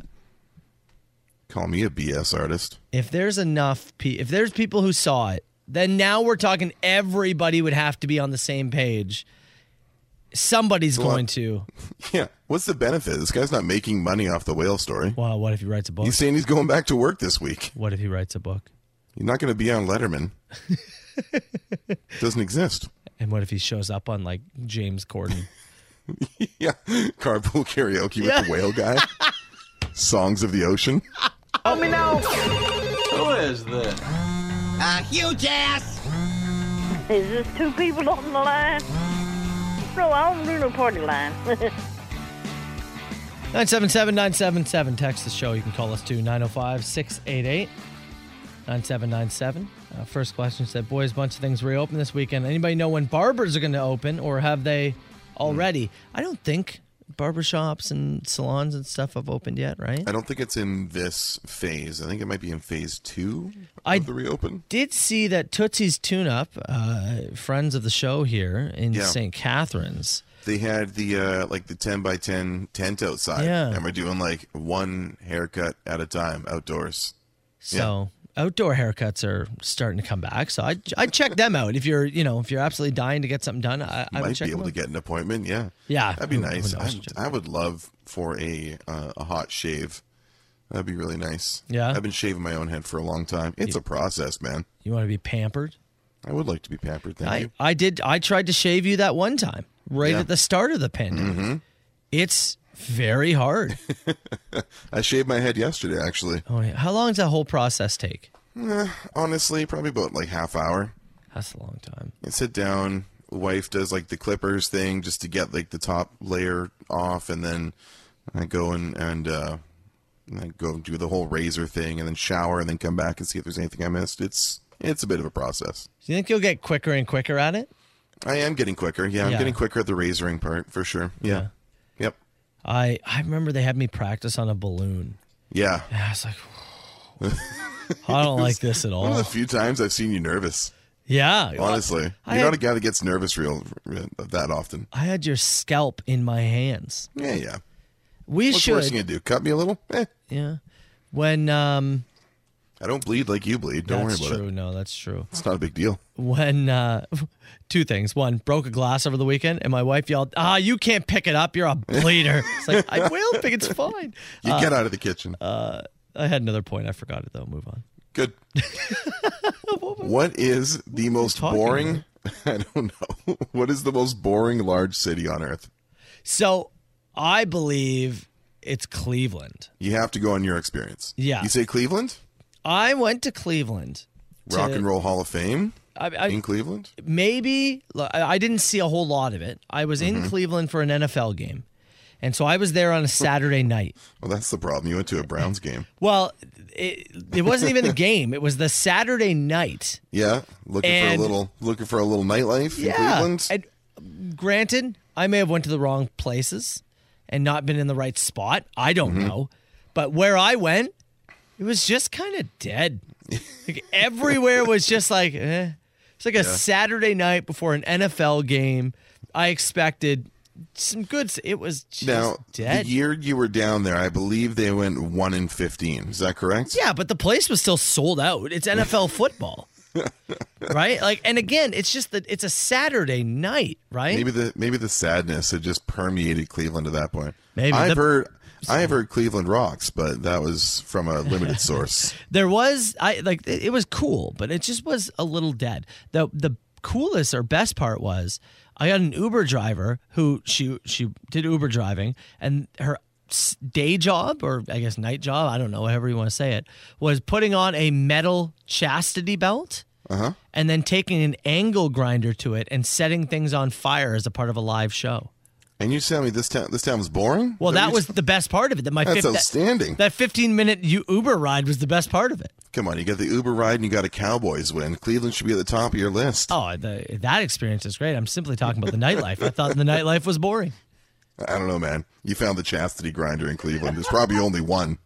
Speaker 7: Call me a BS artist.
Speaker 6: if there's enough pe- if there's people who saw it then now we're talking everybody would have to be on the same page somebody's going to
Speaker 7: Yeah. What's the benefit? This guy's not making money off the whale story.
Speaker 6: well what if he writes a book
Speaker 7: He's saying he's going back to work this week.
Speaker 6: what if he writes a book
Speaker 7: He's not going to be on Letterman. Doesn't exist.
Speaker 6: and what if he shows up on like james corden
Speaker 7: Yeah. Carpool karaoke with
Speaker 6: Yeah.
Speaker 7: the whale guy. Songs of the ocean.
Speaker 8: Is this two people on the line? No, I don't do no party line.
Speaker 6: 977-977 text the show you can call us oh to 905-688-9797 uh, first question said boys bunch of things reopen Hmm. this weekend anybody know when barbers are going to open or have they already i don't think barbershops and salons and stuff have opened yet, right?
Speaker 7: I don't think it's in this phase. I think it might be in phase two of
Speaker 6: I-
Speaker 7: the reopen.
Speaker 6: Did see that Tootsie's Tune Up, uh, friends of the show here in
Speaker 7: Yeah.
Speaker 6: St. Catharines.
Speaker 7: They had the uh like the ten by 10 tent outside,
Speaker 6: Yeah.
Speaker 7: and we're doing like one haircut at a time outdoors.
Speaker 6: So outdoor haircuts are starting to come back. So I I check them out if you're you know if you're absolutely dying to get something done. I, I would
Speaker 7: Might
Speaker 6: check
Speaker 7: be
Speaker 6: them
Speaker 7: able to
Speaker 6: out.
Speaker 7: get an appointment. Yeah,
Speaker 6: Yeah.
Speaker 7: that'd be
Speaker 6: Who- who
Speaker 7: nice.
Speaker 6: knows?
Speaker 7: I, I would love for a uh, a hot shave. That'd be really nice.
Speaker 6: Yeah.
Speaker 7: I've been shaving my own head for a long time. It's a process, man.
Speaker 6: You want to be pampered.
Speaker 7: I would like to be pampered. Thank
Speaker 6: I
Speaker 7: you.
Speaker 6: I did I tried to shave you that one time right
Speaker 7: Yeah. Mm-hmm.
Speaker 6: at the start of the pandemic. It's very hard.
Speaker 7: I shaved my head yesterday, actually.
Speaker 6: oh, yeah. How long does that whole process take?
Speaker 7: Honestly, probably about like half hour.
Speaker 6: That's a long time.
Speaker 7: and sit down. Wife does like the clippers thing just to get like the top layer off, and then I go and and uh, and I go and do the whole razor thing, and then shower, and then come back and see if there's anything I missed. It's it's a bit of a process.
Speaker 6: Do you think you'll get quicker and quicker at it?
Speaker 7: I am getting quicker. Yeah, I'm
Speaker 6: Yeah.
Speaker 7: getting quicker at the razoring part for sure. Yeah. Yep.
Speaker 6: I I remember they had me practice on a balloon.
Speaker 7: Yeah.
Speaker 6: And I was like, I don't like this at
Speaker 7: One of
Speaker 6: all.
Speaker 7: the few times I've seen you nervous.
Speaker 6: Yeah,
Speaker 7: Honestly,
Speaker 6: I
Speaker 7: you're not
Speaker 6: had-
Speaker 7: a guy that gets nervous real, real that often.
Speaker 6: I had your scalp in my hands.
Speaker 7: Yeah, yeah.
Speaker 6: We
Speaker 7: What's the worst
Speaker 6: should,
Speaker 7: you can do? Cut me a little? Eh,
Speaker 6: yeah. When um,
Speaker 7: I don't bleed like you bleed. Don't
Speaker 6: that's
Speaker 7: worry about
Speaker 6: true.
Speaker 7: it.
Speaker 6: No, that's true.
Speaker 7: It's not a big deal.
Speaker 6: When uh, two things: one, broke a glass over the weekend, and my wife yelled, "Ah, you can't pick it up. You're a bleeder." it's like I will pick. It's fine. Uh,
Speaker 7: You get out of the kitchen.
Speaker 6: I had another point. I forgot it though. Move on.
Speaker 7: Good. what is the most
Speaker 6: talking
Speaker 7: boring? I don't know. What is the most boring large city on earth?
Speaker 6: So, I believe it's Cleveland.
Speaker 7: You have to go on your experience.
Speaker 6: Yeah.
Speaker 7: You say Cleveland?
Speaker 6: I went to Cleveland. to-
Speaker 7: Rock and Roll Hall of Fame
Speaker 6: I, I,
Speaker 7: in Cleveland?
Speaker 6: maybe look, I I didn't see a whole lot of it. I was
Speaker 7: Mm-hmm.
Speaker 6: in Cleveland for an NFL game. And so I was there on a Saturday night.
Speaker 7: Well, that's the problem. You went to a Browns game.
Speaker 6: Well, it, it wasn't even the game. It was the Saturday night.
Speaker 7: Yeah, looking
Speaker 6: And-
Speaker 7: for a little looking for a little nightlife in Cleveland.
Speaker 6: And granted, I may have went to the wrong places and not been in the right spot. I don't
Speaker 7: Mm-hmm.
Speaker 6: know. But where I went, it was just kind of dead. Like everywhere was just like eh. It's like a Saturday night before an NFL game. I expected some good. It was just
Speaker 7: now,
Speaker 6: dead.
Speaker 7: the year you were down there, I believe they went one in fifteen. Is that correct?
Speaker 6: Yeah, but the place was still sold out. It's NFL football. right? Like and again, it's just that it's a Saturday night, right?
Speaker 7: Maybe the maybe the sadness had just permeated Cleveland at that point.
Speaker 6: Maybe.
Speaker 7: I've
Speaker 6: The-
Speaker 7: heard I've heard Cleveland rocks, but that was from a limited source.
Speaker 6: There was I like it it was cool, but it just was a little dead. The the coolest or best part was I got an Uber driver who she she did Uber driving and her s- day job or I guess night job, I don't know, however you want to say it, was putting on a metal chastity belt.
Speaker 7: Uh-huh.
Speaker 6: And then taking an angle grinder to it and setting things on fire as a part of a live show.
Speaker 7: and you tell me this town this town was boring?
Speaker 6: Well,
Speaker 7: Is
Speaker 6: that
Speaker 7: what
Speaker 6: was
Speaker 7: you-
Speaker 6: the best part of it. That my
Speaker 7: that's
Speaker 6: fif- that-
Speaker 7: outstanding.
Speaker 6: that 15 minute U- Uber ride was the best part of it.
Speaker 7: Come on, you got the Uber ride and you got a Cowboys win. Cleveland should be at the top of your list.
Speaker 6: Oh, the, that experience is great. I'm simply talking about the nightlife. I thought the nightlife was boring.
Speaker 7: I don't know, man. You found the chastity grinder in Cleveland. There's probably only one.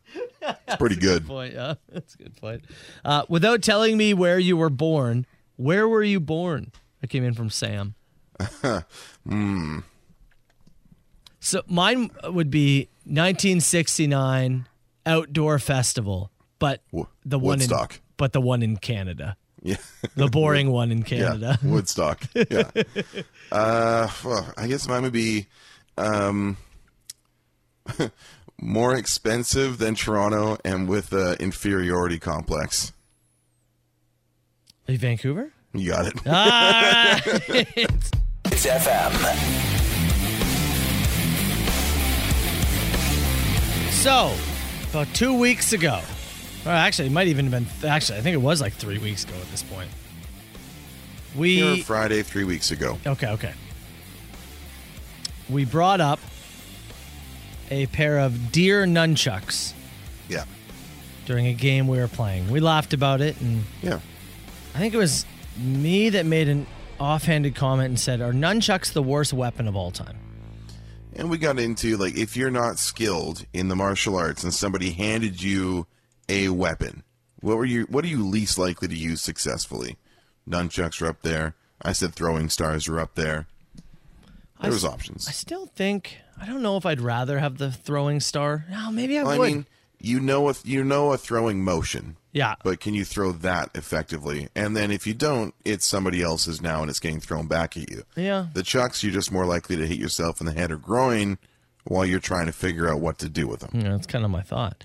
Speaker 7: It's pretty good.
Speaker 6: Point. Yeah, that's a good point. Uh, without telling me where you were born, where were you born? I came in from Sam.
Speaker 7: Hmm.
Speaker 6: So mine would be 1969 outdoor festival, but
Speaker 7: Wo-
Speaker 6: the one
Speaker 7: Woodstock.
Speaker 6: in but the one in Canada,
Speaker 7: Yeah.
Speaker 6: the boring one in Canada.
Speaker 7: Yeah, Woodstock. Yeah. uh, well, I guess mine would be um, more expensive than Toronto and with an inferiority complex.
Speaker 6: Are you Vancouver?
Speaker 7: You got it.
Speaker 5: Hits FM.
Speaker 6: So, about two weeks ago, or actually, it might even have been, actually, I think it was like three weeks ago at this point.
Speaker 7: Here,
Speaker 6: We,
Speaker 7: Friday three weeks ago.
Speaker 6: okay, okay. We brought up a pair of deer nunchucks
Speaker 7: Yeah.
Speaker 6: during a game we were playing. We laughed about it, and
Speaker 7: Yeah.
Speaker 6: I think it was me that made an offhanded comment and said, Are nunchucks the worst weapon of all time?
Speaker 7: And we got into like if you're not skilled in the martial arts and somebody handed you a weapon, what were you what are you least likely to use successfully? Nunchucks are up there. I said throwing stars are up there. There
Speaker 6: I
Speaker 7: was
Speaker 6: s-
Speaker 7: options.
Speaker 6: I still think I don't know if I'd rather have the throwing star. No, maybe I
Speaker 7: Well, I
Speaker 6: would.
Speaker 7: mean, you know a you know a throwing motion,
Speaker 6: yeah,
Speaker 7: but can you throw that effectively? And then if you don't, it's somebody else's now, and it's getting thrown back at you.
Speaker 6: yeah.
Speaker 7: The chucks, you're just more likely to hit yourself in the head or groin while you're trying to figure out what to do with them.
Speaker 6: Yeah, that's kind of my thought.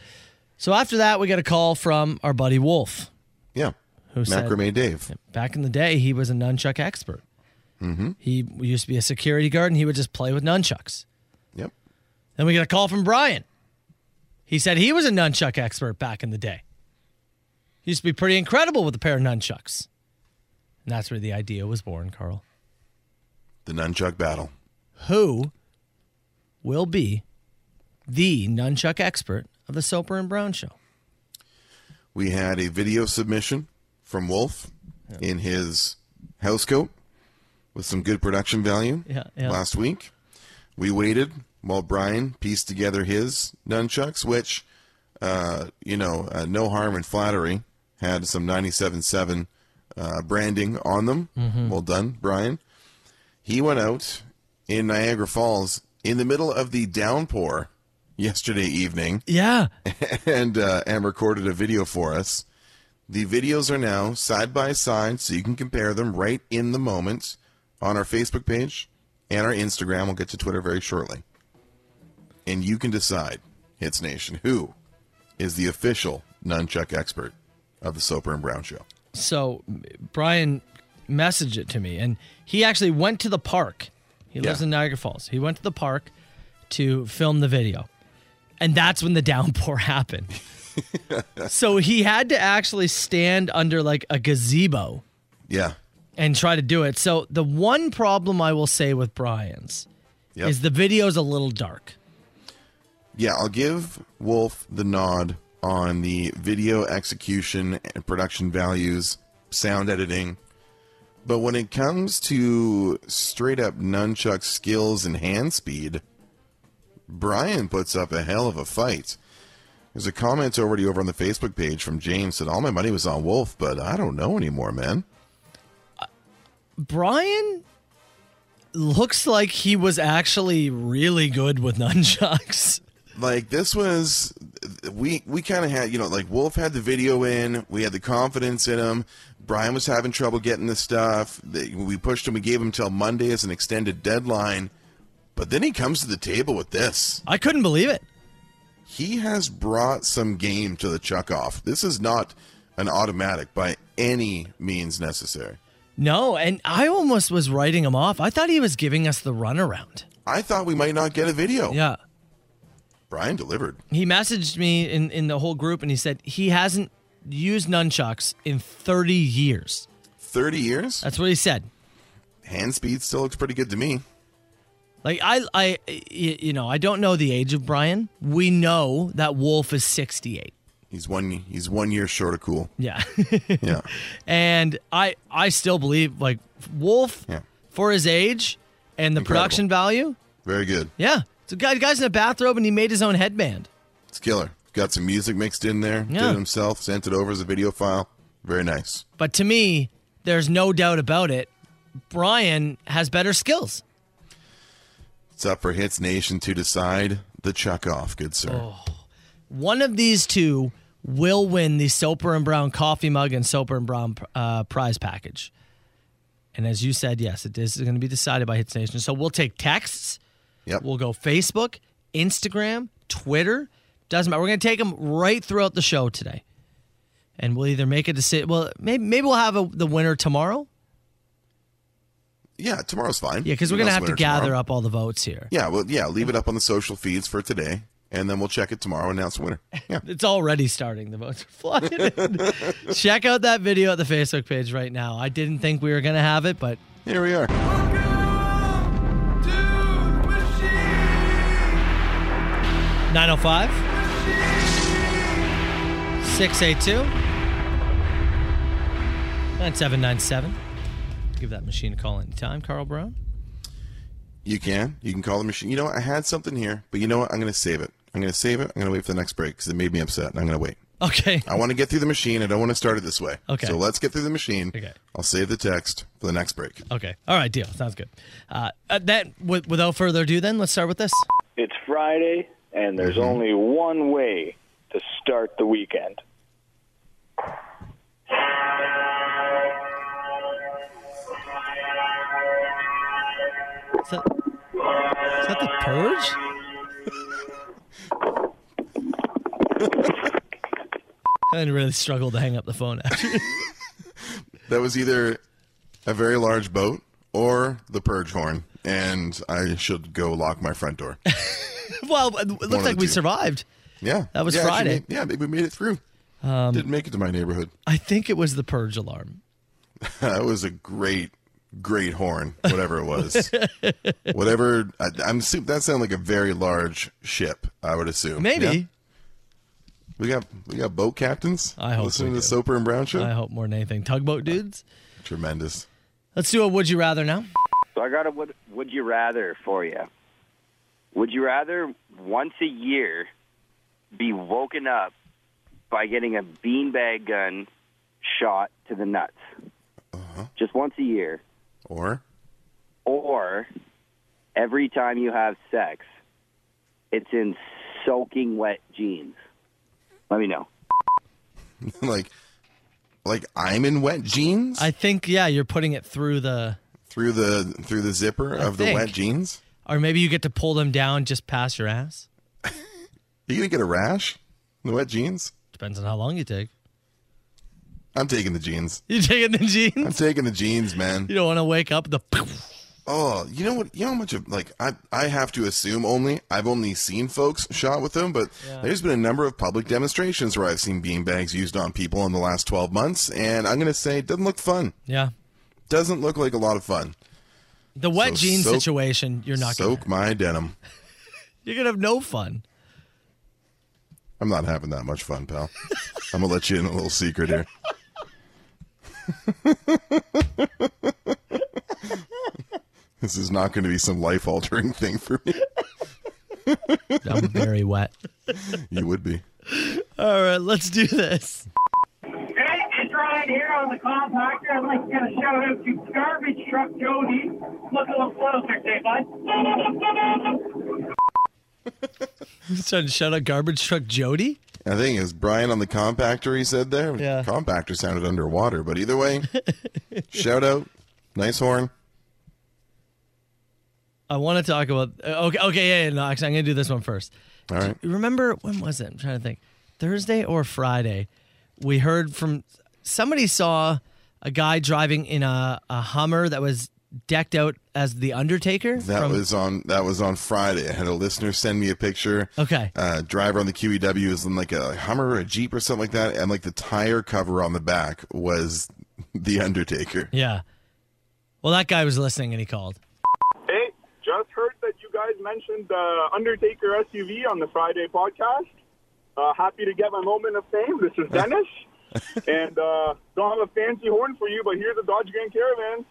Speaker 6: So after that, we got a call from our buddy Wolf,
Speaker 7: Yeah,
Speaker 6: who said
Speaker 7: macrame Dave.
Speaker 6: back in the day he was a nunchuck expert. Mm-hmm. He used to be a security guard, and he would just play with nunchucks.
Speaker 7: Yep.
Speaker 6: Then we got a call from Brian. He said he was a nunchuck expert back in the day. He used to be pretty incredible with a pair of nunchucks, and that's where the idea was born, Carl.
Speaker 7: The nunchuck battle.
Speaker 6: who will be the nunchuck expert of the Soper and Brown show.
Speaker 7: We had a video submission from Wolf in his house coat with some good production value
Speaker 6: Yeah, yeah.
Speaker 7: last week. We waited while Brian pieced together his nunchucks, which, uh, you know, uh, no harm in flattery, had some 97.7 uh, branding on them.
Speaker 6: Mm-hmm.
Speaker 7: Well done, Brian. He went out in Niagara Falls in the middle of the downpour yesterday evening
Speaker 6: Yeah.
Speaker 7: and uh, and recorded a video for us. The videos are now side by side, so you can compare them right in the moment on our Facebook page and our Instagram. We'll get to Twitter very shortly, and you can decide, Hits Nation, who is the official nunchuck expert of the Soper and Brown Show.
Speaker 6: So Brian messaged it to me, and he actually went to the park. He lives
Speaker 7: Yeah.
Speaker 6: in Niagara Falls. He went to the park to film the video, and that's when the downpour happened. so he had to actually stand under like a gazebo
Speaker 7: Yeah,
Speaker 6: and try to do it. So the one problem I will say with Brian's
Speaker 7: Yep.
Speaker 6: is the video's a little dark.
Speaker 7: Yeah, I'll give Wolf the nod on the video execution and production values, sound editing. But when it comes to straight up nunchuck skills and hand speed, Brian puts up a hell of a fight. There's a comment already over on the Facebook page from James that all my money was on Wolf, but I don't know anymore, man.
Speaker 6: Brian looks like he was actually really good with nunchucks.
Speaker 7: like this was we we kind of had you know like wolf had the video in we had the confidence in him brian was having trouble getting the stuff They- we pushed him we gave him till monday as an extended deadline but then he comes to the table with this
Speaker 6: I couldn't believe it.
Speaker 7: he has brought some game to the chuck off this is not an automatic by any means necessary
Speaker 6: No, and I almost was writing him off. I thought he was giving us the runaround.
Speaker 7: i thought we might not get a video
Speaker 6: Yeah.
Speaker 7: brian delivered
Speaker 6: He messaged me in, in the whole group and he said he hasn't used nunchucks in 30 years.
Speaker 7: 30 years
Speaker 6: That's what he said.
Speaker 7: hand speed still looks pretty good to me
Speaker 6: Like I I y- you know, I don't know the age of Brian. We know that Wolf is 68.
Speaker 7: he's one he's one year short of cool
Speaker 6: Yeah.
Speaker 7: yeah
Speaker 6: and I I still believe like Wolf
Speaker 7: Yeah.
Speaker 6: for his age and the
Speaker 7: Incredible.
Speaker 6: production value.
Speaker 7: very good
Speaker 6: Yeah, so guy guy's in a bathrobe and he made his own headband.
Speaker 7: It's killer. Got some music mixed in there.
Speaker 6: Yeah.
Speaker 7: Did it himself. Sent it over as a video file. Very nice.
Speaker 6: But to me, there's no doubt about it. Brian has better skills.
Speaker 7: It's up for Hits Nation to decide the chuck off, good sir.
Speaker 6: Oh, One of these two will win the Soper and Brown coffee mug and Soper and Brown uh, prize package. And as you said, yes, it is going to be decided by Hits Nation. So we'll take texts.
Speaker 7: Yep.
Speaker 6: We'll go Facebook, Instagram, Twitter. Doesn't matter. We're going to take them right throughout the show today, and we'll either make a decision. Well, maybe maybe we'll have a, the winner tomorrow.
Speaker 7: yeah, tomorrow's fine.
Speaker 6: Yeah, because we're going to have to gather up all the votes here.
Speaker 7: Yeah, well, yeah, leave it up on the social feeds for today, and then we'll check it tomorrow and announce the winner. Yeah.
Speaker 6: It's already starting. The votes are flying in. Check out that video at the Facebook page right now. I didn't think we were going to have it, but
Speaker 7: Here we are.
Speaker 2: Welcome to Machine.
Speaker 6: 905 682 9797. Give that machine a call anytime, Carl Brown.
Speaker 7: You can. You can call the machine. You know what? I had something here, but you know what? I'm going to save it. I'm going to save it. I'm going to wait for the next break because it made me upset, and I'm going to wait.
Speaker 6: Okay.
Speaker 7: I want to get through the machine. I don't want to start it this way.
Speaker 6: Okay.
Speaker 7: So let's get through the machine.
Speaker 6: Okay.
Speaker 7: I'll save the text for the next break.
Speaker 6: Okay. All right. Deal. Sounds good. Uh, uh, that wi- without further ado, then let's start with this.
Speaker 1: It's Friday, and there's
Speaker 9: Mm-hmm.
Speaker 1: only one way to start the weekend.
Speaker 6: Is that, is that the purge? I really struggled to hang up the phone. Actually,
Speaker 7: That was either a very large boat or the purge horn, and I should go lock my front door.
Speaker 6: well, it looked
Speaker 7: of
Speaker 6: like
Speaker 7: the
Speaker 6: we
Speaker 7: two.
Speaker 6: survived.
Speaker 7: Yeah.
Speaker 6: That was
Speaker 7: Yeah, actually,
Speaker 6: Friday. Um,
Speaker 7: yeah, maybe we made it through. Didn't make it to my neighborhood.
Speaker 6: I think it was the purge alarm.
Speaker 7: That was a great, great horn, whatever it was. whatever, I, I'm assuming that sounded like a very large ship. I would assume.
Speaker 6: Maybe.
Speaker 7: Yeah. we got we got boat captains.
Speaker 6: I hope
Speaker 7: listening
Speaker 6: we
Speaker 7: to
Speaker 6: do.
Speaker 7: Soper and Brown show.
Speaker 6: I hope more than anything. Tugboat dudes.
Speaker 7: Tremendous.
Speaker 6: Let's do a would you rather now.
Speaker 4: So I got a would, would you rather for you. Would you rather once a year be woken up by getting a beanbag gun shot to the nuts? Just once a year.
Speaker 7: Or
Speaker 4: Or every time you have sex, it's in soaking wet jeans. Let me know.
Speaker 7: like, like I'm in wet jeans
Speaker 6: I think yeah, you're putting it through the,
Speaker 7: through the through the zipper
Speaker 6: I
Speaker 7: of the wet
Speaker 6: think.
Speaker 7: jeans.
Speaker 6: or maybe you get to pull them down just past your ass.
Speaker 7: You gonna get a rash? in The wet jeans.
Speaker 6: Depends on how long you take.
Speaker 7: I'm taking the jeans.
Speaker 6: You taking the
Speaker 7: I'm
Speaker 6: jeans?
Speaker 7: taking the jeans, man.
Speaker 6: You don't want to wake up the.
Speaker 7: Oh, you know what? You know how much of like I I have to assume only I've only seen folks shot with them, but there's been a number of public demonstrations where I've seen beanbags used on people in the last 12 months, and I'm gonna say it doesn't look fun.
Speaker 6: Yeah,
Speaker 7: Doesn't look like a lot of fun.
Speaker 6: the
Speaker 7: So
Speaker 6: wet jeans
Speaker 7: soak-
Speaker 6: situation. You're not gonna.
Speaker 7: Soak my denim.
Speaker 6: You're gonna have no fun.
Speaker 7: I'm not having that much fun, pal. I'm gonna let you in a little secret here. this is not going to be some life altering thing for me.
Speaker 6: I'm very wet.
Speaker 7: You would be.
Speaker 6: All right, let's do this.
Speaker 10: Hey, it's Ryan here on the compactor. I'd like to get a shout out to Garbage Truck Jody. Look a little closer, say bud.
Speaker 6: He's trying to shout out garbage truck Jody.
Speaker 7: I think it was Brian on the compactor he said there.
Speaker 6: Yeah.
Speaker 7: Compactor sounded underwater, but either way, shout out. Nice horn.
Speaker 6: I want to talk about. uh, Okay, okay, yeah, yeah, no, actually, I'm gonna do this one first.
Speaker 7: All right.
Speaker 6: Remember when was it? I'm trying to think. Thursday or Friday, we heard from somebody saw a guy driving in a, a Hummer that was decked out as the Undertaker.
Speaker 7: That
Speaker 6: from-
Speaker 7: was on that was on Friday. I had a listener send me a picture.
Speaker 6: Okay.
Speaker 7: Uh, driver on the QEW is in like a Hummer or a Jeep or something like that, and like the tire cover on the back was the Undertaker.
Speaker 6: yeah. Well, that guy was listening and he called.
Speaker 11: Hey, just heard that you guys mentioned the Undertaker SUV on the Friday podcast. Uh, happy to get my moment of fame. This is Dennis. and uh, don't have a fancy horn for you, but here's a Dodge Grand Caravan.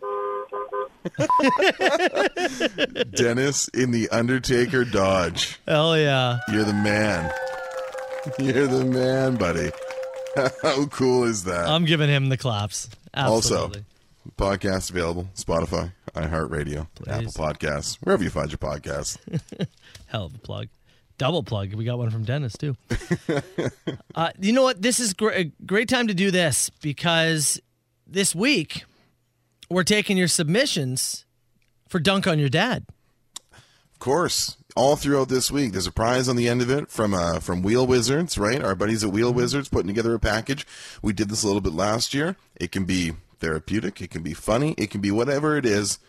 Speaker 7: Dennis in the Undertaker Dodge.
Speaker 6: Hell yeah!
Speaker 7: You're the man. You're the man, buddy. How cool is that?
Speaker 6: I'm giving him the claps. Um, Absolutely.
Speaker 7: Also, podcast available Spotify, iHeartRadio, Apple Podcasts, wherever you find your podcasts.
Speaker 6: Hell of a plug. Double plug. We got one from Dennis too. uh, you know what? This is gr- a great time to do this because this week we're taking your submissions for Dunk on Your Dad.
Speaker 7: Of course, all throughout this week, there's a prize on the end of it from uh, from Wheel Wizards, right? Our buddies at Wheel Wizards putting together a package. We did this a little bit last year. It can be therapeutic, it can be funny, it can be whatever it is.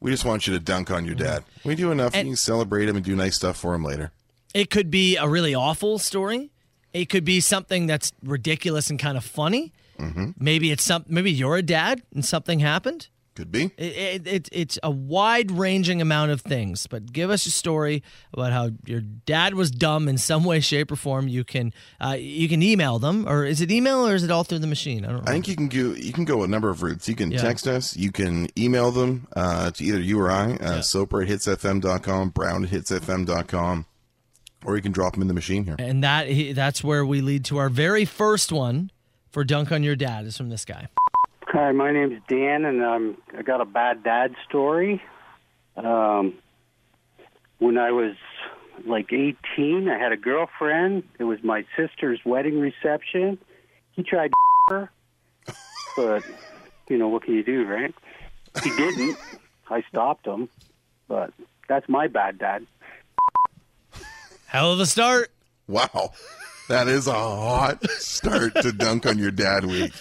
Speaker 7: We just want you to dunk on your dad. We do enough, and
Speaker 6: And-
Speaker 7: you celebrate him and do nice stuff for him later.
Speaker 6: It could be a really awful story. It could be something that's ridiculous and kind of funny. Maybe it's some. Maybe you're a dad and something happened.
Speaker 7: Could be.
Speaker 6: It, it, it, it's a wide ranging amount of things, but give us a story about how your dad was dumb in some way, shape, or form. You can uh, you can email them, or is it email, or is it all through the machine? I don't. Know.
Speaker 7: I think you can go you can go a number of routes. You can yeah. text us, you can email them uh, to either you or I, uh, yeah. Soper at hitsfm.com, Brown at hitsfm.com, or you can drop them in the machine here.
Speaker 6: And that that's where we lead to our very first one for Dunk on Your Dad is from this guy.
Speaker 9: Hi, my name's Dan, and um, I got a bad dad story. Um, when I was like 18, I had a girlfriend. It was my sister's wedding reception. He tried her, but you know what can you do, right? He didn't. I stopped him, but that's my bad dad.
Speaker 6: Hell of a start.
Speaker 7: Wow. That is a hot start to dunk on your dad week.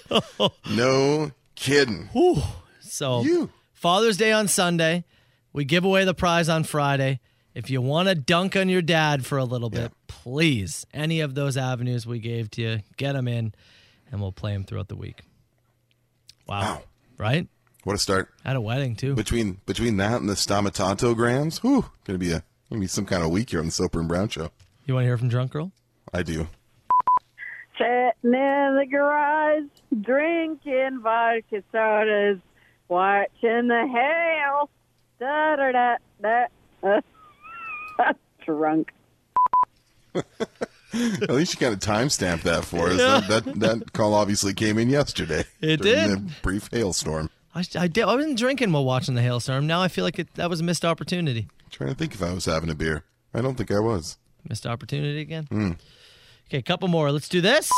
Speaker 7: No kidding.
Speaker 6: Whew. So you. Father's Day on Sunday. We give away the prize on Friday. If you want to dunk on your dad for a little bit, yeah. please, any of those avenues we gave to you, get them in, and we'll play them throughout the week. Wow. wow. Right?
Speaker 7: What a start.
Speaker 6: At a wedding, too.
Speaker 7: Between between that and the stomatato grams, whew, going to be a gonna be some kind of week here on the Soper and Brown show.
Speaker 6: You want to hear from Drunk Girl?
Speaker 7: I do.
Speaker 8: Sitting in the garage, drinking vodka sodas, watching the hail. Da da da da. Uh, drunk.
Speaker 7: At least you kind of timestamped that for us. Yeah. That, that, that call obviously came in yesterday.
Speaker 6: It
Speaker 7: did.
Speaker 6: The
Speaker 7: brief hailstorm.
Speaker 6: I, I did. I wasn't drinking while watching the hailstorm. Now I feel like it, that was a missed opportunity.
Speaker 7: I'm trying to think if I was having a beer. I don't think I was.
Speaker 6: Missed opportunity again.
Speaker 7: Mm.
Speaker 6: Okay, a couple more. Let's do this.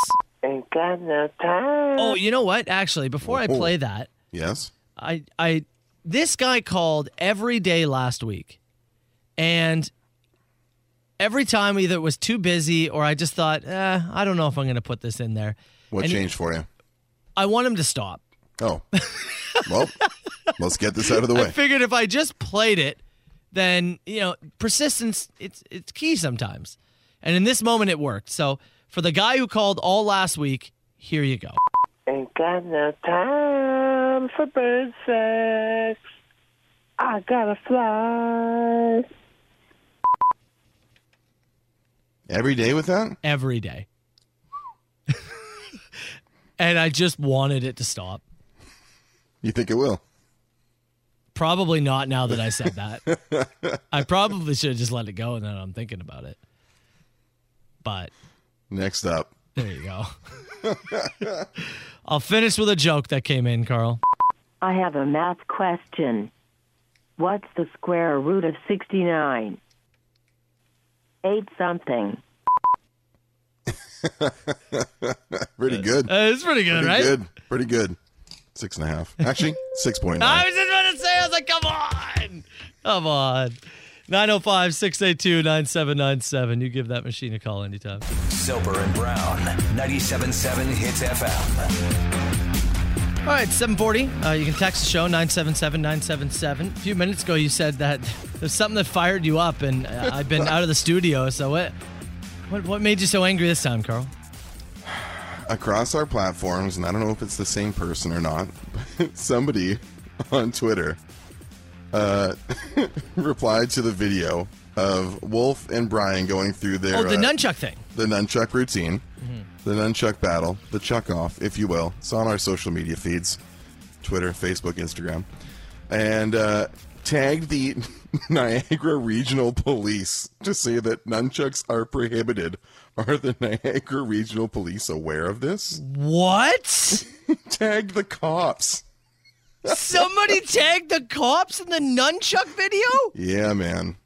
Speaker 12: Ain't got no time.
Speaker 6: Oh, you know what? Actually, before I play that,
Speaker 7: yes,
Speaker 6: I, I, this guy called every day last week, and every time either it was too busy or I just thought, eh, I don't know if I'm going to put this in there.
Speaker 7: What
Speaker 6: and
Speaker 7: changed he, for you?
Speaker 6: I want him to stop.
Speaker 7: Oh, well, let's get this out of the way. I
Speaker 6: figured if I just played it, then you know persistence it's it's key sometimes. And in this moment, it worked. So for the guy who called all last week, here you go.
Speaker 12: Ain't got no time for bird sex. I gotta fly.
Speaker 7: Every day with that?
Speaker 6: Every day. and I just wanted it to stop.
Speaker 7: You think it will?
Speaker 6: Probably not now that I said that. I probably should have just let it go and then I'm thinking about it but
Speaker 7: next up
Speaker 6: there you go i'll finish with a joke that came in carl
Speaker 13: i have a math question what's the square root of 69 eight something
Speaker 7: pretty good
Speaker 6: uh, it's pretty good
Speaker 7: pretty
Speaker 6: right
Speaker 7: good pretty good six and a half actually six point
Speaker 6: nine i was just about to say i was like come on come on 905 682 9797. You give that machine a call anytime.
Speaker 5: Soper and Brown, 977 Hits FM.
Speaker 6: All right, 740. Uh, you can text the show, 977 977. A few minutes ago, you said that there's something that fired you up, and uh, I've been out of the studio. So, what, what, what made you so angry this time, Carl?
Speaker 7: Across our platforms, and I don't know if it's the same person or not, but somebody on Twitter uh, replied to the video of Wolf and Brian going through their
Speaker 6: oh the
Speaker 7: uh,
Speaker 6: nunchuck thing,
Speaker 7: the nunchuck routine, mm-hmm. the nunchuck battle, the chuck off, if you will. It's on our social media feeds, Twitter, Facebook, Instagram, and uh, tagged the Niagara Regional Police to say that nunchucks are prohibited. Are the Niagara Regional Police aware of this?
Speaker 6: What?
Speaker 7: tagged the cops.
Speaker 6: Somebody tagged the cops in the nunchuck video?
Speaker 7: Yeah, man.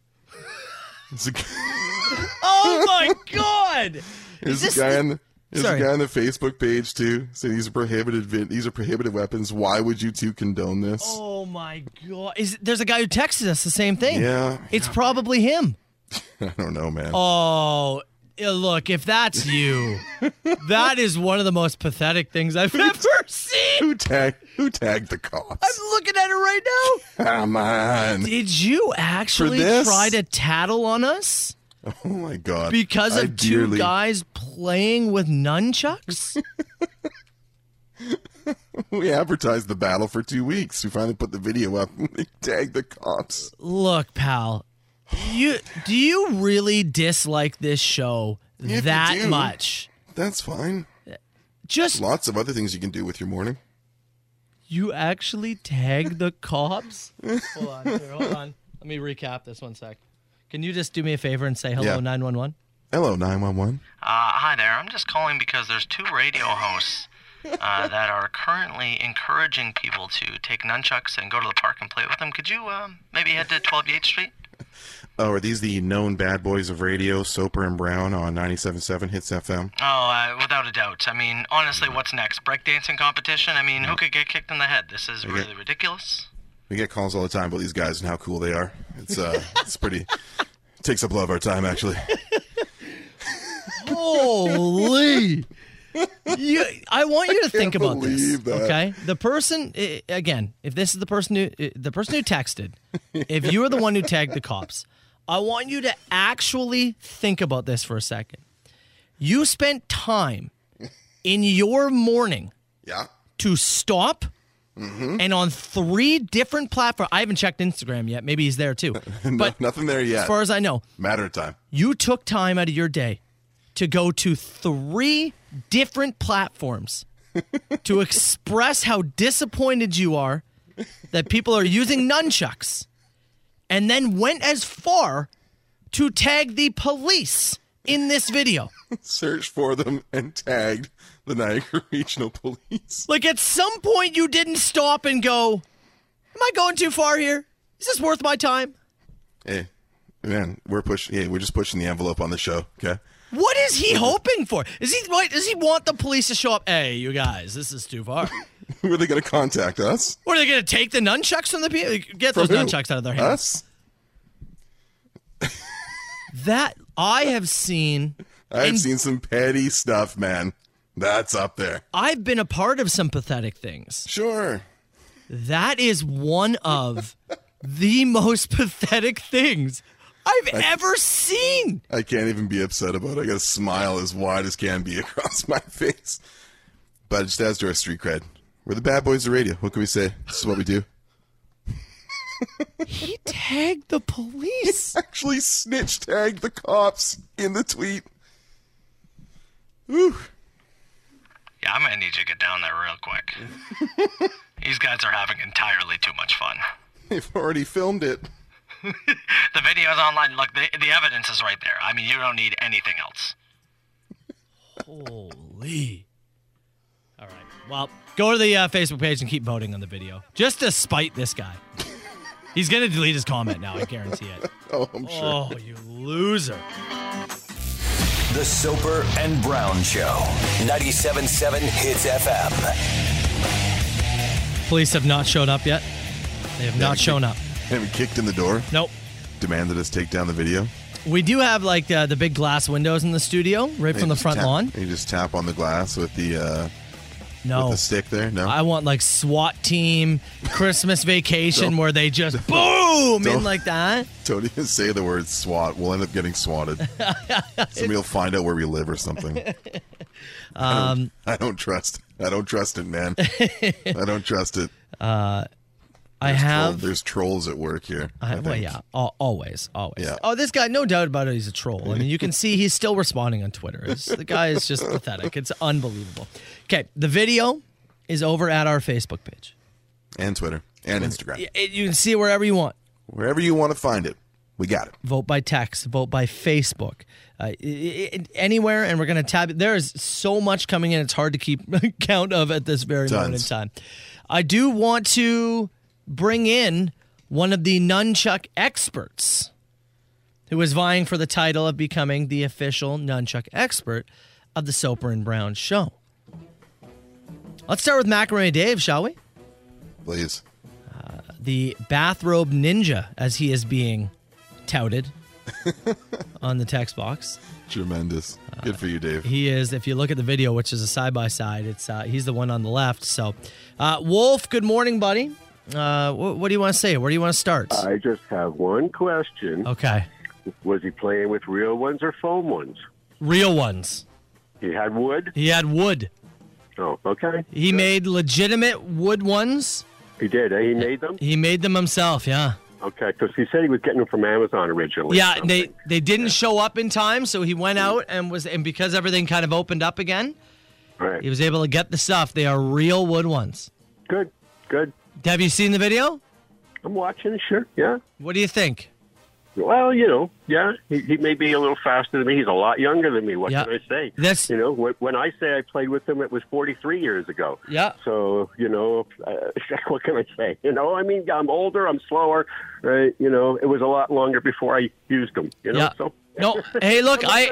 Speaker 6: A... oh my god!
Speaker 7: Is this guy on the, there's Sorry. a guy on the Facebook page too saying these are prohibited. These are prohibited weapons. Why would you two condone this?
Speaker 6: Oh my god! Is there's a guy who texted us the same thing?
Speaker 7: Yeah,
Speaker 6: it's probably him.
Speaker 7: I don't know, man.
Speaker 6: Oh, look, if that's you, that is one of the most pathetic things I've ever seen.
Speaker 7: Who tagged who tagged the cops? Ah,
Speaker 6: I'm looking at it right
Speaker 7: now. Come on.
Speaker 6: Did you actually try to tattle on us?
Speaker 7: Oh my god.
Speaker 6: Because of I two dearly... guys playing with nunchucks?
Speaker 7: we advertised the battle for two weeks. We finally put the video up. we tagged the cops.
Speaker 6: Look, pal, you do you really dislike this show
Speaker 7: If you
Speaker 6: that
Speaker 7: do,
Speaker 6: much?
Speaker 7: That's fine.
Speaker 6: Just
Speaker 7: lots of other things you can do with your morning.
Speaker 6: You actually tag the cops? hold on, here, hold on. Let me recap this one sec. Can you just do me a favor and say
Speaker 7: Yeah.
Speaker 6: hello nine one one?
Speaker 7: Hello, nine one one.
Speaker 14: Uh, hi there. I'm just calling because there's two radio hosts uh, that are currently encouraging people to take nunchucks and go to the park and play with them. Could you um, maybe head to 12 Yates Street?
Speaker 7: Oh, are these the known bad boys of radio, Soper and Brown on 97.7 Hits FM?
Speaker 14: Oh, uh, without a doubt. I mean, honestly, what's next? Breakdancing competition? I mean, who could get kicked in the head? This is
Speaker 7: Okay.
Speaker 14: really ridiculous.
Speaker 7: We get calls all the time about these guys and how cool they are. It's uh, it's pretty. Takes up a lot of our time, actually.
Speaker 6: Holy. You, I want you to think about this.
Speaker 7: believe that.
Speaker 6: Okay, the person i- again, if this is the person who i- the person who texted, if you are the one who tagged the cops, I want you to actually think about this for a second. You spent time in your morning,
Speaker 7: yeah,
Speaker 6: to stop.
Speaker 7: Mm-hmm.
Speaker 6: And on three different platforms, I haven't checked Instagram yet. Maybe he's there too.
Speaker 7: no, nothing there yet.
Speaker 6: As far as I know,
Speaker 7: matter of time.
Speaker 6: you took time out of your day to go to three different platforms to express how disappointed you are that people are using nunchucks and then went as far to tag the police in this video.
Speaker 7: Search for them and tagged the Niagara Regional Police.
Speaker 6: Like at some point you didn't stop and go, Am I going too far here? Is this worth my time?
Speaker 7: Hey, man, we're pushing. Yeah, we're just pushing the envelope on the show. Okay.
Speaker 6: What is he hoping for? Is he wait, does he want the police to show up? Hey, you guys, this is too far.
Speaker 7: Who are they going to contact us?
Speaker 6: What are they going to take the nunchucks from the people? Get
Speaker 7: From
Speaker 6: those
Speaker 7: who?
Speaker 6: nunchucks out of their hands.
Speaker 7: Us?
Speaker 6: That I have seen.
Speaker 7: I've seen some petty stuff, man. That's up there.
Speaker 6: I've been a part of some pathetic things.
Speaker 7: Sure.
Speaker 6: That is one of the most pathetic things I've
Speaker 7: I-
Speaker 6: ever seen.
Speaker 7: I can't even be upset about it. I got a smile as wide as can be across my face. But it just adds to our street cred. We're the bad boys of radio. What can we say? This is what we do.
Speaker 6: He tagged the police.
Speaker 7: Actually, snitch tagged the cops in the tweet. Whew.
Speaker 14: Yeah, I might need you to get down there real quick. These guys are having entirely too much fun.
Speaker 7: They've already filmed it.
Speaker 14: The video's online. Look, the, the evidence is right there. I mean, you don't need anything else.
Speaker 6: Holy. All right. Well, go to the uh, Facebook page and keep voting on the video, just to spite this guy. He's going to delete his comment now. I guarantee it.
Speaker 7: Oh, I'm
Speaker 5: sure.
Speaker 6: Oh, you loser.
Speaker 5: The Soper and Brown Show. 97.7 Hits FM.
Speaker 6: Police have not showed up yet. They have not shown up.
Speaker 7: Have we kicked in the door?
Speaker 6: Nope.
Speaker 7: Demanded us take down the video.
Speaker 6: We do have like uh, the big glass windows in the studio, right
Speaker 7: You
Speaker 6: from the
Speaker 7: just
Speaker 6: front
Speaker 7: tap-
Speaker 6: lawn.
Speaker 7: You just tap on the glass with the uh,
Speaker 6: No.
Speaker 7: with the stick there. No,
Speaker 6: I want like SWAT team Christmas vacation
Speaker 7: Don't-
Speaker 6: where they just boom
Speaker 7: Don't-
Speaker 6: in like that.
Speaker 7: Don't even say the word SWAT. We'll end up getting swatted. Somebody will find out where we live or something.
Speaker 6: Um,
Speaker 7: I, don't, I don't trust. I don't trust it, man. I don't trust it.
Speaker 6: Uh, I
Speaker 7: There's troll-
Speaker 6: have.
Speaker 7: there's trolls at work here.
Speaker 6: I, well,
Speaker 7: think.
Speaker 6: yeah, al- always, always.
Speaker 7: Yeah.
Speaker 6: Oh, this guy, no doubt about it, he's a troll. I mean, you can see he's still responding on Twitter. It's, the guy is just pathetic. It's unbelievable. Okay, the video is over at our Facebook page.
Speaker 7: And Twitter and Instagram,
Speaker 6: Y- it- you can see it wherever you want.
Speaker 7: wherever you want to find it, we got it.
Speaker 6: vote by text, vote by Facebook, uh, i- i- i- anywhere, and we're going to tab. There is so much coming in; it's hard to keep count of at this very moment in
Speaker 7: Tons.
Speaker 6: time. I do want to bring in one of the nunchuck experts, who is vying for the title of becoming the official nunchuck expert of the Soper and Brown Show. Let's start with Macaroni Dave, shall we?
Speaker 7: Please.
Speaker 6: the bathrobe ninja as he is being touted on the text box.
Speaker 7: Tremendous. Good for you, Dave.
Speaker 6: He is, if you look at the video, which is a side by side, it's uh, he's the one on the left. So, uh, Wolf, good morning, buddy. Uh, wh- what do you want to say? Where do you want to start?
Speaker 15: I just have one question.
Speaker 6: Okay,
Speaker 15: Was he playing with real ones or foam ones?
Speaker 6: real ones.
Speaker 15: He had wood.
Speaker 6: He had wood.
Speaker 15: Oh, okay.
Speaker 6: He made legitimate wood ones.
Speaker 15: He did. Eh? He made them.
Speaker 6: He made them himself. Yeah.
Speaker 15: Okay, because he said he was getting them from Amazon originally.
Speaker 6: Yeah, they they didn't show up in time, so he went out and was and because everything kind of opened up again,
Speaker 15: right.
Speaker 6: he was able to get the stuff. They are real wood ones.
Speaker 15: Good, good.
Speaker 6: Have you seen the video?
Speaker 15: I'm watching. Sure. Yeah.
Speaker 6: What do you think?
Speaker 15: Well, you know, yeah, he, he may be a little faster than me. He's a lot younger than me. What
Speaker 6: Yeah.
Speaker 15: can I say?
Speaker 6: That's-
Speaker 15: you know, wh- when I say I played with him, it was 43 years ago.
Speaker 6: Yeah.
Speaker 15: So you know, uh, what can I say? You know, I mean, I'm older, I'm slower, right? You know, it was a lot longer before I used them. You know,
Speaker 6: Yeah.
Speaker 15: so
Speaker 6: No. Hey, look, I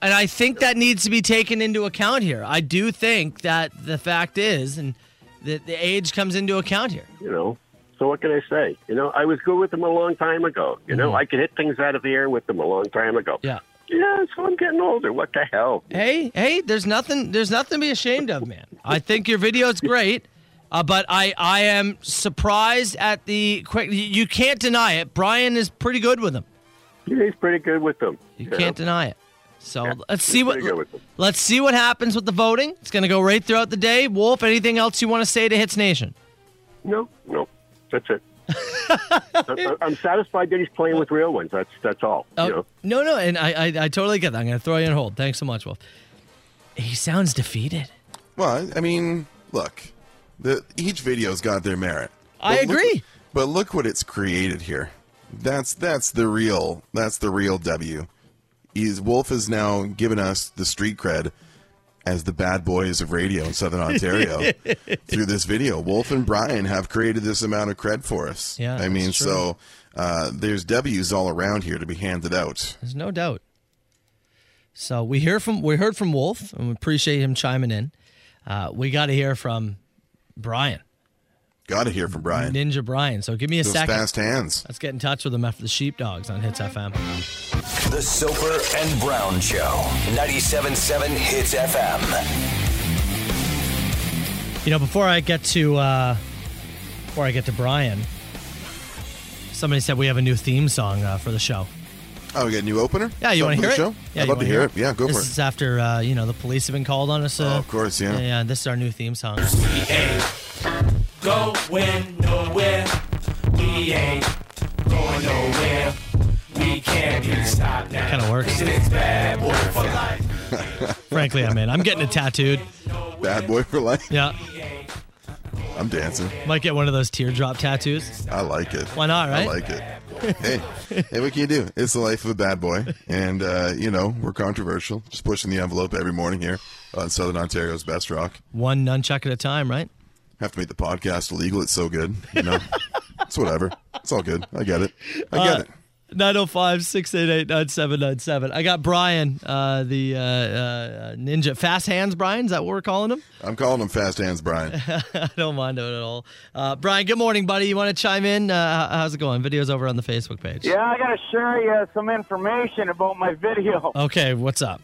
Speaker 6: and I think that needs to be taken into account here. I do think that the fact is, and that the age comes into account here.
Speaker 15: you know. So what can I say? You know, I was good with them a long time ago. You know,
Speaker 6: Mhm.
Speaker 15: I could hit things out of the air with them a long time ago.
Speaker 6: Yeah.
Speaker 15: Yeah, so I'm getting older. What the hell?
Speaker 6: Hey, hey, there's nothing there's nothing to be ashamed of, man. I think your video's great. Uh, but I, I am surprised at the quick. You you can't deny it. Brian is pretty good with them.
Speaker 15: Yeah, he's pretty good with them.
Speaker 6: You can't deny it. So let's see
Speaker 15: he's
Speaker 6: what
Speaker 15: pretty good with them.
Speaker 6: let's see what happens with the voting. It's going to go right throughout the day. Wolf, anything else you want to say to Hits Nation?
Speaker 15: No, no, that's it. I- I'm satisfied that he's playing with real ones. That's that's all.
Speaker 6: Oh,
Speaker 15: you know?
Speaker 6: No, no, and I, I, I totally get that. I'm going to throw you on hold. Thanks so much, Wolf. He sounds defeated.
Speaker 7: Well, I- I mean, look, the each video's got their merit.
Speaker 6: I
Speaker 7: But look-
Speaker 6: agree.
Speaker 7: but look what it's created here. That's that's the real that's the real W. Is Wolf has now given us the street cred as the bad boys of radio in Southern Ontario through this video. Wolf and Brian have created this amount of cred for us.
Speaker 6: Yeah,
Speaker 7: I mean,
Speaker 6: that's true.
Speaker 7: so uh, there's W's all around here to be handed out.
Speaker 6: There's no doubt. So we hear from we heard from Wolf, and we appreciate him chiming in. Uh, we got to hear from Brian,
Speaker 7: Got to hear from Brian.
Speaker 6: Ninja Brian. So give me a
Speaker 7: Those
Speaker 6: second.
Speaker 7: fast hands.
Speaker 6: Let's get in touch with him after the Sheepdogs on Hits FM.
Speaker 5: The Soper and Brown Show. 97.7 Hits FM.
Speaker 6: You know, before I get to uh, before I get to Brian, somebody said we have a new theme song uh, for the show.
Speaker 7: Oh, we got a new opener?
Speaker 6: Yeah, you want
Speaker 7: Something
Speaker 6: to hear it?
Speaker 7: for the Show?
Speaker 6: Yeah,
Speaker 7: I'd
Speaker 6: you
Speaker 7: love
Speaker 6: wanna
Speaker 7: to hear it. Yeah, go for it. Oh,
Speaker 6: this This is after uh, you know the police have been called on us. Uh,
Speaker 7: of course, yeah.
Speaker 6: Yeah, this is our new theme song.
Speaker 2: We ain't going nowhere. We ain't going nowhere. We can't be stopped now.
Speaker 6: Kind of works.
Speaker 2: It's bad boy for life.
Speaker 6: Frankly, I'm in. I'm getting it tattooed.
Speaker 7: Bad boy for life.
Speaker 6: Yeah,
Speaker 7: I'm dancing.
Speaker 6: might get one of those teardrop tattoos.
Speaker 7: I like it.
Speaker 6: Why not,
Speaker 7: I
Speaker 6: right?
Speaker 7: like it. hey, hey, what can you do? It's the life of a bad boy, and uh, you know we're controversial. Just pushing the envelope every morning here on Southern Ontario's best rock.
Speaker 6: One nunchuck at a time, right?
Speaker 7: Have to make the podcast illegal. It's so good. You know, it's whatever. It's all good. I get it. I
Speaker 6: Uh,
Speaker 7: get it.
Speaker 6: 905 688 9797. I got Brian, uh, the uh, uh, ninja. Fast hands, Brian? Is that what we're calling him?
Speaker 7: I'm calling him Fast Hands Brian.
Speaker 6: I don't mind it at all. Uh, Brian, good morning, buddy. You want to chime in? Uh, how's it going? Video's over on the Facebook page.
Speaker 16: Yeah, I got to share you some information about my video.
Speaker 6: Okay, what's up?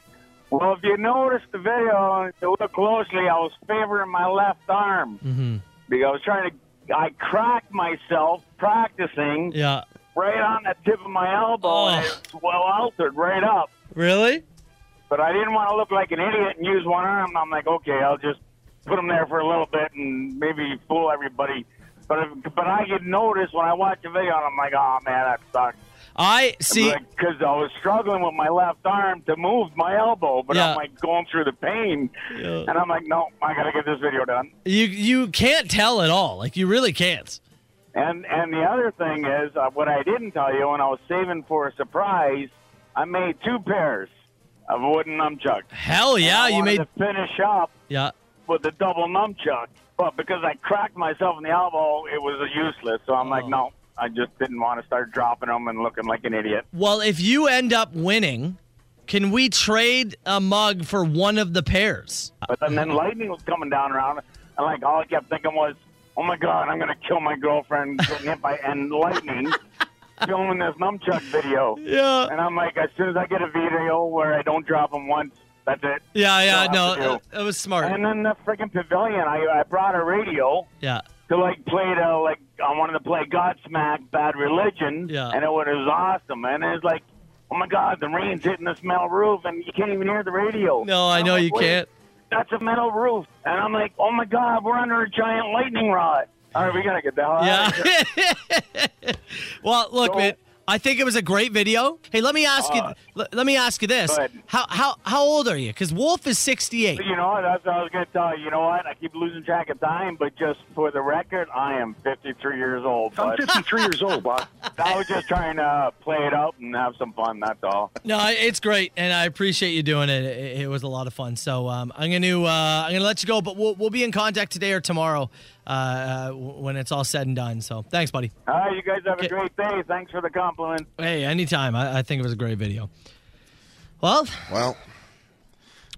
Speaker 16: Well, if you notice the video, if you look closely, I was favoring my left arm
Speaker 6: Mm-hmm.
Speaker 16: because I was trying to. I cracked myself practicing
Speaker 6: Yeah.
Speaker 16: right on the tip of my elbow, and
Speaker 6: Oh.
Speaker 16: it's well altered right up.
Speaker 6: Really?
Speaker 16: But I didn't want to look like an idiot and use one arm. I'm like, okay, I'll just put him there for a little bit and maybe fool everybody. But if, but I get noticed when I watch a video, and I'm like, oh man, that sucks.
Speaker 6: I see.
Speaker 16: because I was struggling with my left arm to move my elbow, but
Speaker 6: Yeah.
Speaker 16: I'm like going through the pain,
Speaker 6: Yeah.
Speaker 16: and I'm like, no, I gotta get this video done.
Speaker 6: You you can't tell at all. Like you really can't.
Speaker 16: And and the other thing is, uh, what I didn't tell you when I was saving for a surprise, I made two pairs of wooden nunchucks.
Speaker 6: Hell
Speaker 16: And
Speaker 6: yeah,
Speaker 16: I
Speaker 6: you
Speaker 16: wanted
Speaker 6: made.
Speaker 16: to finish up
Speaker 6: Yeah.
Speaker 16: with the double nunchuck, but because I cracked myself in the elbow, it was useless. So I'm
Speaker 6: Oh.
Speaker 16: like, no, I just didn't want to start dropping them and looking like an idiot.
Speaker 6: Well, if you end up winning, can we trade a mug for one of the pairs?
Speaker 16: But then, then lightning was coming down around, and like all I kept thinking was, "Oh my god, I'm gonna kill my girlfriend getting hit by and lightning." Filming this nunchuck video,
Speaker 6: yeah,
Speaker 16: and I'm like, as soon as I get a video where I don't drop them once, that's it.
Speaker 6: Yeah, yeah,
Speaker 16: That's all I have to
Speaker 6: no,
Speaker 16: do.
Speaker 6: it was smart.
Speaker 16: And then the freaking pavilion, I, I brought a radio
Speaker 6: Yeah.
Speaker 16: to like play to like I wanted to play Godsmack, Bad Religion,
Speaker 6: Yeah.
Speaker 16: and it was awesome. And it's like, oh my god, the rain's hitting the smell roof, and you can't even hear the radio.
Speaker 6: No, I
Speaker 16: I'm
Speaker 6: know
Speaker 16: like,
Speaker 6: you
Speaker 16: wait.
Speaker 6: can't.
Speaker 16: that's a metal roof. And I'm like, oh my God, we're under a giant lightning rod. All right, we got to get the hell out of here.
Speaker 6: Well, look, man. I think it was a great video. Hey, let me ask you.
Speaker 16: Uh,
Speaker 6: le- let me ask you this:
Speaker 16: go ahead.
Speaker 6: How how how old are you? Because Wolf is sixty-eight.
Speaker 16: You know, that's what I was going to tell you. You know what? I keep losing track of time, but just for the record, I am 53 years old.
Speaker 6: I'm
Speaker 16: 53 years old, Bob. I was just trying to play it out and have some fun, that's all.
Speaker 6: No, it's great, and I appreciate you doing it. It, it was a lot of fun. So um, I'm gonna uh, I'm gonna let you go, but we'll we'll be in contact today or tomorrow uh, uh, w- when it's all said and done. So thanks, buddy.
Speaker 16: All right, you guys have a great day. Thanks for the compliment.
Speaker 6: Hey, anytime. I, I think it was a great video. Well,
Speaker 7: Well,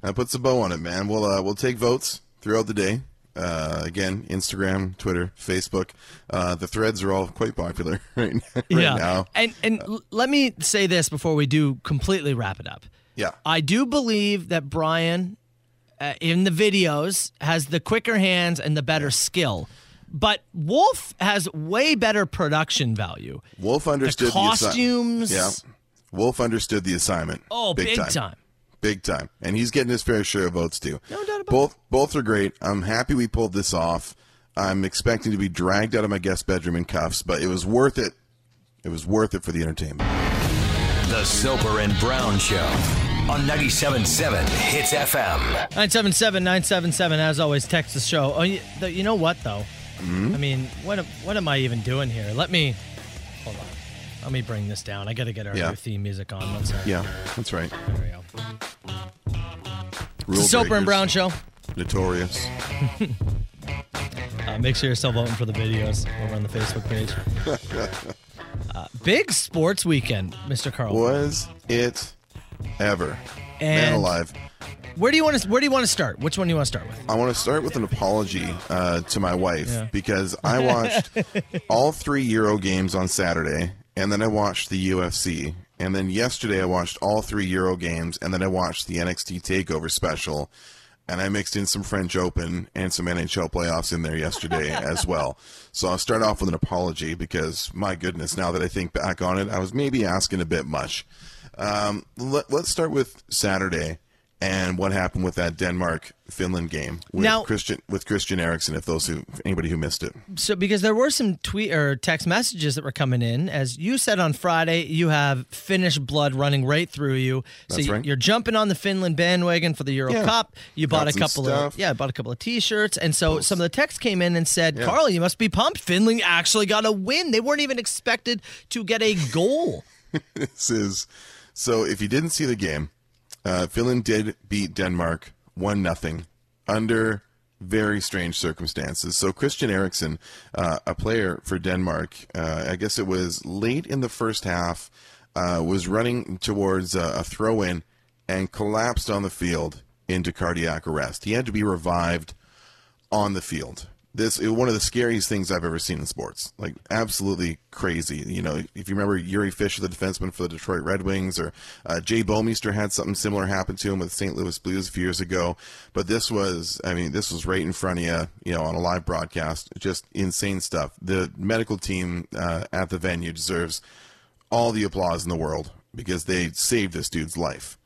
Speaker 7: that puts a bow on it, man. We'll uh, we'll take votes throughout the day. Uh, again, Instagram, Twitter, Facebook. Uh, the threads are all quite popular right, right now.
Speaker 6: And and l- let me say this before we do completely wrap it up.
Speaker 7: Yeah.
Speaker 6: I do believe that Brian uh, in the videos has the quicker hands and the better skill. But Wolf has way better production value.
Speaker 7: Wolf understood assi-
Speaker 6: costumes.
Speaker 7: yeah. Wolf understood the assignment.
Speaker 6: Oh, big time.
Speaker 7: Big time. And he's getting his fair share of votes too. No doubt about both both are great. I'm happy we pulled this off. I'm expecting to be dragged out of my guest bedroom in cuffs, but it was worth it. It was worth it for the entertainment.
Speaker 5: The Soper and Brown Show on 97.7 Hits FM.
Speaker 6: 977 977, as always, text the show. Oh, you, th- you know what, though?
Speaker 7: Mm-hmm.
Speaker 6: I mean, what, am- what am I even doing here? Let me. Hold on. Let me bring this down. I got to get our
Speaker 7: Yeah.
Speaker 6: new theme music on. One second.
Speaker 7: Yeah, that's right.
Speaker 6: There we go.
Speaker 7: Rule
Speaker 6: Soper
Speaker 7: breakers.
Speaker 6: and Brown Show.
Speaker 7: Notorious.
Speaker 6: Uh, make sure you're still voting for the videos over on the Facebook page. uh, big sports weekend, Mr. Carl.
Speaker 7: Was it ever? Man
Speaker 6: And-
Speaker 7: alive.
Speaker 6: Where do you want to Where do you want to start? Which one do you want to start with?
Speaker 7: I want to start with an apology uh, to my wife
Speaker 6: Yeah.
Speaker 7: because I watched all three Euro games on Saturday, and then I watched the UFC, and then yesterday I watched all three Euro games, and then I watched the NXT Takeover special, and I mixed in some French Open and some NHL playoffs in there yesterday as well. So I'll start off with an apology because my goodness, now that I think back on it, I was maybe asking a bit much. Um, let, let's start with Saturday. And what happened with that Denmark Finland game with
Speaker 6: Now-
Speaker 7: Christian with Christian Eriksen? If those who if anybody who missed it,
Speaker 6: So, because there were some tweet or text messages that were coming in, as you said on Friday, you have Finnish blood running right through you. so
Speaker 7: That's
Speaker 6: you-
Speaker 7: right.
Speaker 6: you're jumping on the Finland bandwagon for the Euro
Speaker 7: Yeah.
Speaker 6: Cup. You
Speaker 7: Got
Speaker 6: bought a
Speaker 7: some
Speaker 6: couple
Speaker 7: stuff.
Speaker 6: of yeah, bought a couple of T-shirts, and so some of the text came in and said, "Carl, you must be pumped. Finland actually got a win. They weren't even expected to get a goal."
Speaker 7: this is so. If you didn't see the game, uh, Finland did beat Denmark one nothing under very strange circumstances. So Christian Eriksen, uh, a player for Denmark, uh, I guess it was late in the first half, uh, was running towards uh, a, a throw in and collapsed on the field into cardiac arrest. He had to be revived on the field. This is one of the scariest things I've ever seen in sports. Like absolutely crazy. You know, if you remember Yuri Fisher, the defenseman for the Detroit Red Wings, or uh, Jay Bomeister had something similar happen to him with St. Louis Blues a few years ago. But this was, I mean, this was right in front of you, you know, on a live broadcast. Just insane stuff. The medical team uh, at the venue deserves all the applause in the world because they saved this dude's life.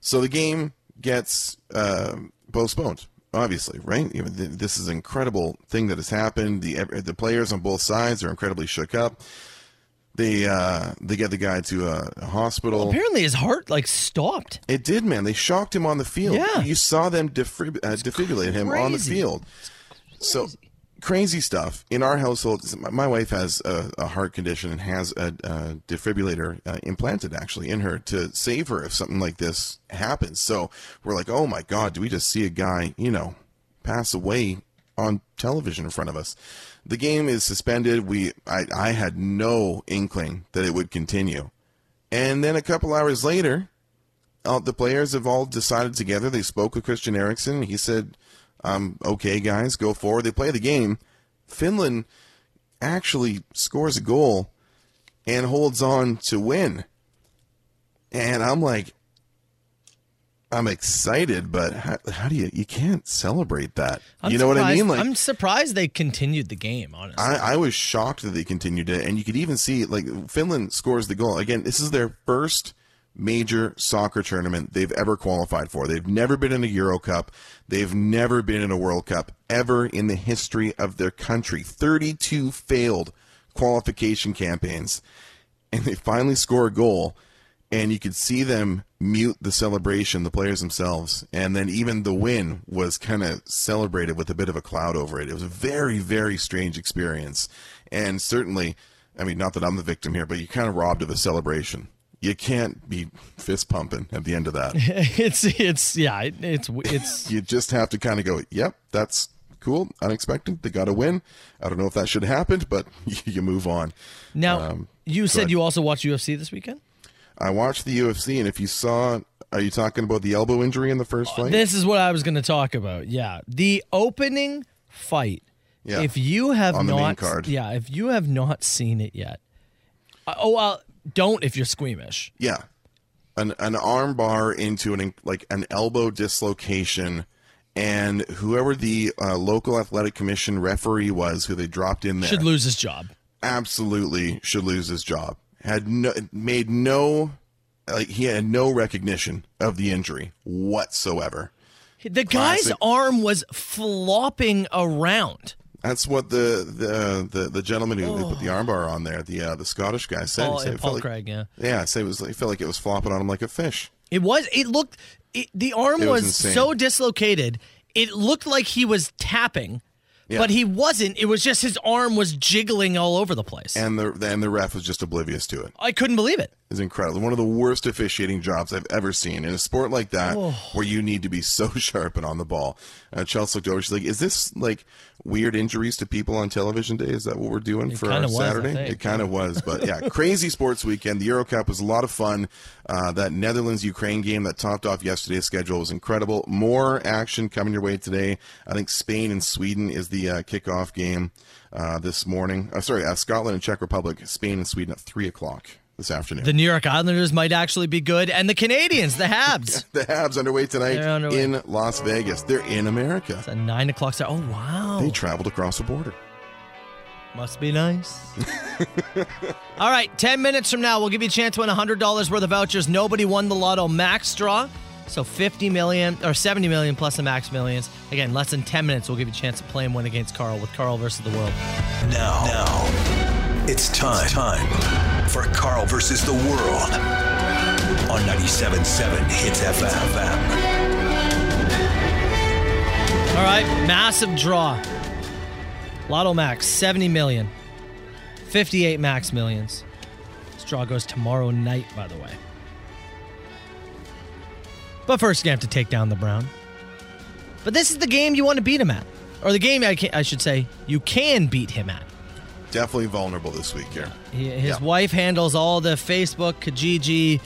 Speaker 7: So the game gets uh, postponed, obviously, right? You know, th- This is an incredible thing that has happened. The ev- the players on both sides are incredibly shook up. They uh, they get the guy to a a hospital.
Speaker 6: Apparently, his heart like stopped.
Speaker 7: It did, man. They shocked him on the field.
Speaker 6: Yeah.
Speaker 7: You saw them defib- uh, defibrillate him on the
Speaker 6: crazy.
Speaker 7: field. So crazy stuff. In our household, my- my wife has a, a heart condition and has a, a defibrillator uh, implanted actually in her to save her if something like this happens. So we're like, oh my God, do we just see a guy, you know, pass away on television in front of us. The game is suspended. We I, I had no inkling that it would continue. And then a couple hours later, uh, the players have all decided together. They spoke with Christian Eriksen. He said, um, okay, guys, go forward. They play the game. Finland actually scores a goal and holds on to win. And I'm like, I'm excited, but how, how do you, you can't celebrate that.
Speaker 6: I'm
Speaker 7: you know what I
Speaker 6: surprised-
Speaker 7: mean? Like,
Speaker 6: I'm surprised they continued the game. Honestly,
Speaker 7: I, I was shocked that they continued it, and you could even see like Finland scores the goal again. This is their first major soccer tournament they've ever qualified for. They've never been in a Euro Cup. They've never been in a World Cup ever in the history of their country. 32 failed qualification campaigns. And they finally score a goal. And you could see them mute the celebration, the players themselves. And then even the win was kind of celebrated with a bit of a cloud over it. It was a very, very strange experience. And certainly, I mean, not that I'm the victim here, but you're kind of robbed of a celebration you can't be fist pumping at the end of that.
Speaker 6: it's it's yeah, it, it's it's
Speaker 7: you just have to kind of go, yep, that's cool, unexpected. They got a win. I don't know if that should have happened, but you move on.
Speaker 6: Now, um, you said you also watched UFC this weekend.
Speaker 7: I watched the UFC, and if you saw, are you talking about the elbow injury in the first fight?
Speaker 6: Uh, This is what I was going to talk about. Yeah, the opening fight. Yeah. If you have
Speaker 7: On
Speaker 6: not,
Speaker 7: card.
Speaker 6: yeah, if you have not seen it yet, oh well, don't if you're squeamish.
Speaker 7: Yeah, an an arm bar into an like an elbow dislocation, and whoever the uh, local athletic commission referee was, who they dropped in there,
Speaker 6: should lose his job.
Speaker 7: Absolutely, should lose his job. Had no made no like he had no recognition of the injury whatsoever.
Speaker 6: The guy's
Speaker 7: Classic.
Speaker 6: arm was flopping around.
Speaker 7: That's what the the the, the gentleman who who put the armbar on there, the uh, the Scottish guy said.
Speaker 6: Paul,
Speaker 7: He said it
Speaker 6: Paul
Speaker 7: felt like-
Speaker 6: Craig, Oh. yeah.
Speaker 7: Yeah, so it was. It felt like it was flopping on him like a fish.
Speaker 6: It was. It looked. It, the arm
Speaker 7: It was
Speaker 6: was,
Speaker 7: insane.
Speaker 6: so dislocated. It looked like he was tapping,
Speaker 7: Yeah.
Speaker 6: but he wasn't. It was just his arm was jiggling all over the place.
Speaker 7: And the and the ref was just oblivious to it.
Speaker 6: I couldn't believe it.
Speaker 7: It's incredible. One of the worst officiating jobs I've ever seen in a sport like that,
Speaker 6: Oh.
Speaker 7: where you need to be so sharp and on the ball. Uh, Chelsea looked over. She's like, "Is this like weird injuries to people on television day? Is that what we're doing
Speaker 6: It
Speaker 7: for our
Speaker 6: kinda was, I
Speaker 7: Saturday?"
Speaker 6: think.
Speaker 7: It kind of was, but yeah, crazy sports weekend. The Euro Cup was a lot of fun. Uh, that Netherlands Ukraine game that topped off yesterday's schedule was incredible. More action coming your way today. I think Spain and Sweden is the uh, kickoff game uh, this morning. Uh, sorry, uh, Scotland and Czech Republic. Spain and Sweden at three o'clock this afternoon.
Speaker 6: The New York Islanders might actually be good, and the Canadians, the Habs.
Speaker 7: The Habs underway tonight
Speaker 6: They're underway.
Speaker 7: in Las Vegas. They're in America.
Speaker 6: It's a nine o'clock start. Oh wow!
Speaker 7: They traveled across the border.
Speaker 6: Must be nice. All right, 10 minutes from now, we'll give you a chance to win $100 worth of vouchers. Nobody won the Lotto Max draw. So 50 million or 70 million plus the max millions. Again, less than 10 minutes, we'll give you a chance to play and win against Carl with Carl versus the world.
Speaker 5: Now, now, it's time, time for Carl versus the world on 97.7 Hits FM.
Speaker 6: All right, massive draw. Lotto Max, 70 million. 58 max millions. This draw goes tomorrow night, by the way. But first, you have to take down the Brown. But this is the game you want to beat him at. Or the game, I, can, I should say, you can beat him at.
Speaker 7: Definitely vulnerable this week here.
Speaker 6: He- His wife handles all the Facebook, Kijiji,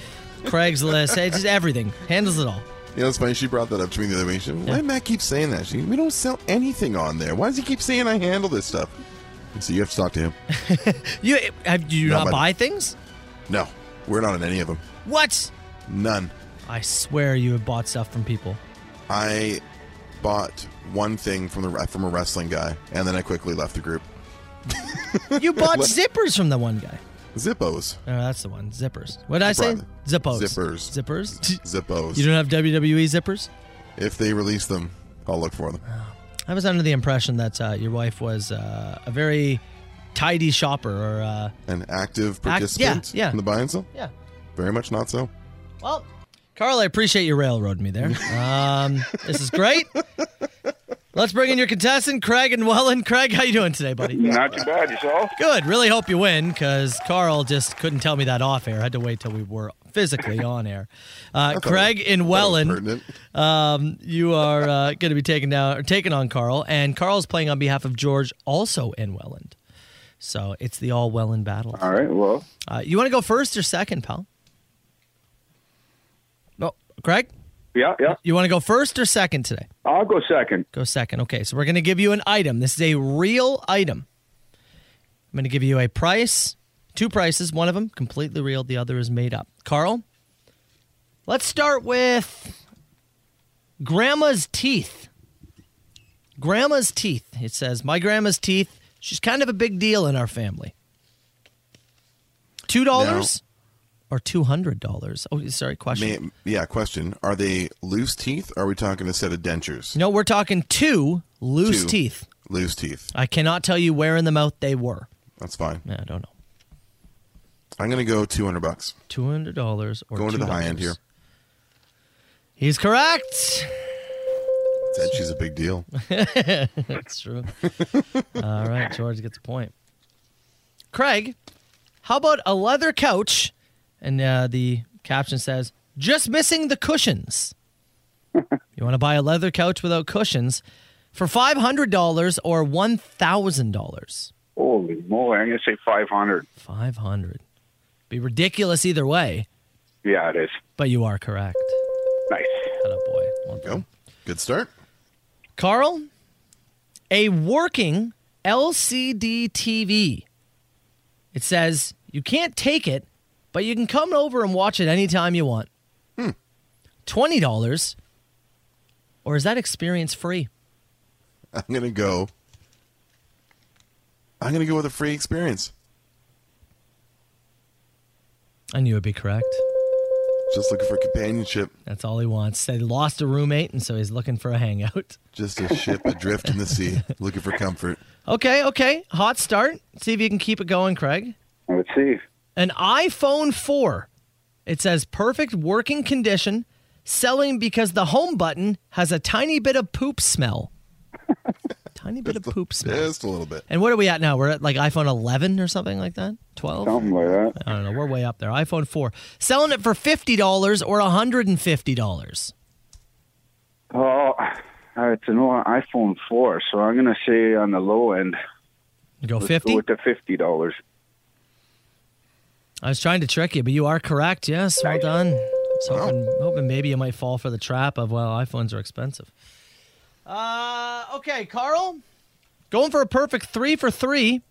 Speaker 6: Craigslist, hey, just everything. Handles it all.
Speaker 7: You know, it's funny. She brought that up to me the other week. She said, Why
Speaker 6: Yeah.
Speaker 7: Matt keep saying that? She, we don't sell anything on there. Why does he keep saying I handle this stuff? So you have to talk to him.
Speaker 6: You have do you
Speaker 7: Not
Speaker 6: not
Speaker 7: my-
Speaker 6: buy things?
Speaker 7: No, we're not in any of them.
Speaker 6: What?
Speaker 7: None.
Speaker 6: I swear you have bought stuff from people.
Speaker 7: I bought one thing from the from a wrestling guy, and then I quickly left the group.
Speaker 6: You bought
Speaker 7: What?
Speaker 6: zippers from the one guy.
Speaker 7: Zippos.
Speaker 6: Oh, that's the one. Zippers. What did I say? Zippos.
Speaker 7: Zippers.
Speaker 6: Zippers.
Speaker 7: Zippos.
Speaker 6: You don't have WWE zippers?
Speaker 7: If they release them, I'll look for them.
Speaker 6: I was under the impression that uh, your wife was uh, a very tidy shopper or. Uh,
Speaker 7: An active
Speaker 6: yeah,
Speaker 7: participant
Speaker 6: yeah.
Speaker 7: in the buy and sell?
Speaker 6: Yeah.
Speaker 7: Very much not so.
Speaker 6: well, Carl, I appreciate you railroading me there. Um, this is great. Let's bring in your contestant, Craig and Welland. Craig, how you doing today, buddy?
Speaker 17: Not too bad yourself.
Speaker 6: Good. Really hope you win because Carl just couldn't tell me that off air. I had to wait till we were physically on air. Uh,
Speaker 17: thought
Speaker 6: Craig in Welland,
Speaker 7: pertinent.
Speaker 6: um, you are uh, going to be taking down or taking on Carl, and Carl's playing on behalf of George, also in Welland. So it's the all Welland battle.
Speaker 17: All right. Well,
Speaker 6: Uh, you want to go first or second, pal? No, Craig.
Speaker 17: yeah, yeah.
Speaker 6: You want to go first or second today?
Speaker 17: I'll go second.
Speaker 6: Go second. Okay, so we're going to give you an item. This is a real item. I'm going to give you a price, two prices. One of them completely real, the other is made up. Carl, let's start with Grandma's teeth. Grandma's teeth. It says, My grandma's teeth. She's kind of a big deal in our family. $2? or two hundred dollars? Oh, sorry, question.
Speaker 7: May- yeah, question. Are they loose teeth? Or are we talking a set of dentures?
Speaker 6: No, we're talking two loose
Speaker 7: Two
Speaker 6: teeth.
Speaker 7: Loose teeth.
Speaker 6: I cannot tell you where in the mouth they were.
Speaker 7: That's fine.
Speaker 6: Yeah, I don't know.
Speaker 7: I'm gonna go two hundred bucks.
Speaker 6: Two hundred dollars or
Speaker 7: going to the high
Speaker 6: $2.
Speaker 7: end here.
Speaker 6: He's correct.
Speaker 7: Said she's a big deal.
Speaker 6: That's true. All right, George gets a point. Craig, how about a leather couch? And uh, the caption says, just missing the cushions. you want to buy a leather couch without cushions for $500 or $1,000?
Speaker 17: Holy moly! I'm gonna say five hundred.
Speaker 6: 500 Be ridiculous either way,
Speaker 17: Yeah, it is.
Speaker 6: but you are correct.
Speaker 17: Nice.
Speaker 6: Hello, boy. Well
Speaker 7: done. Good start.
Speaker 6: Carl, a working LCD TV. It says you can't take it, but you can come over and watch it anytime you want. Twenty dollars, or is that experience free?
Speaker 7: I'm gonna go. I'm gonna go with a free experience.
Speaker 6: I knew it'd be correct.
Speaker 7: Just looking for companionship.
Speaker 6: That's all he wants. They lost a roommate, and so he's looking for a hangout.
Speaker 7: Just a ship adrift in the sea, looking for comfort.
Speaker 6: Okay, okay, hot start. See if you can keep it going, Craig.
Speaker 17: Let's see.
Speaker 6: An iPhone 4. It says perfect working condition, selling because the home button has a tiny bit of poop smell. tiny bit of poop smell.
Speaker 7: Just a little bit.
Speaker 6: And what are we at now? We're at like iPhone 11 or something like that? 12?
Speaker 17: Something like that.
Speaker 6: I don't know. We're way up there. iPhone 4. Selling it for $50 or $150.
Speaker 17: Oh, uh, it's an old iPhone four, so I'm gonna say on the low end.
Speaker 6: You go
Speaker 17: let's
Speaker 6: 50?
Speaker 17: Go with the fifty dollars.
Speaker 6: I was trying to trick you, but you are correct. Yes, well done. I was hoping, hoping maybe you might fall for the trap of, well, iPhones are expensive. Uh, okay, Carl. Going for a perfect three for three.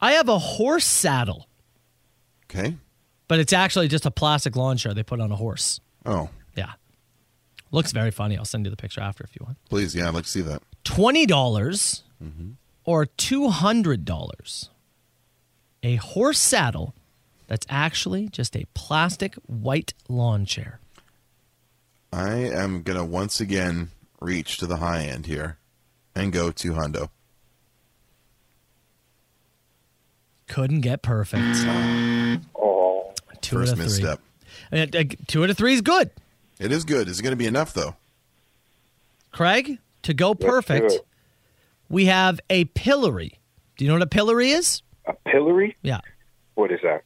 Speaker 6: I have a horse saddle,
Speaker 7: Okay.
Speaker 6: but it's actually just a plastic lawn chair they put on a horse.
Speaker 7: Oh,
Speaker 6: Yeah. Looks very funny. I'll send you the picture after if you want.
Speaker 7: please. Yeah, I'd like to see that.
Speaker 6: $20 dollars
Speaker 7: Mm-hmm.
Speaker 6: or $200. A horse saddle that's actually just a plastic white lawn chair.
Speaker 7: I am gonna once again reach to the high end here, and go to Hondo.
Speaker 6: Couldn't get perfect.
Speaker 7: Oh,
Speaker 6: Two
Speaker 7: first
Speaker 6: out of three.
Speaker 7: misstep.
Speaker 6: I mean, uh, Two out of three is good.
Speaker 7: It is good. Is it gonna be enough though?
Speaker 6: Craig, to go
Speaker 7: do
Speaker 6: perfect,
Speaker 7: it.
Speaker 6: we have a pillory. Do you know what a pillory is?
Speaker 17: A pillory?
Speaker 6: Yeah.
Speaker 17: What is that?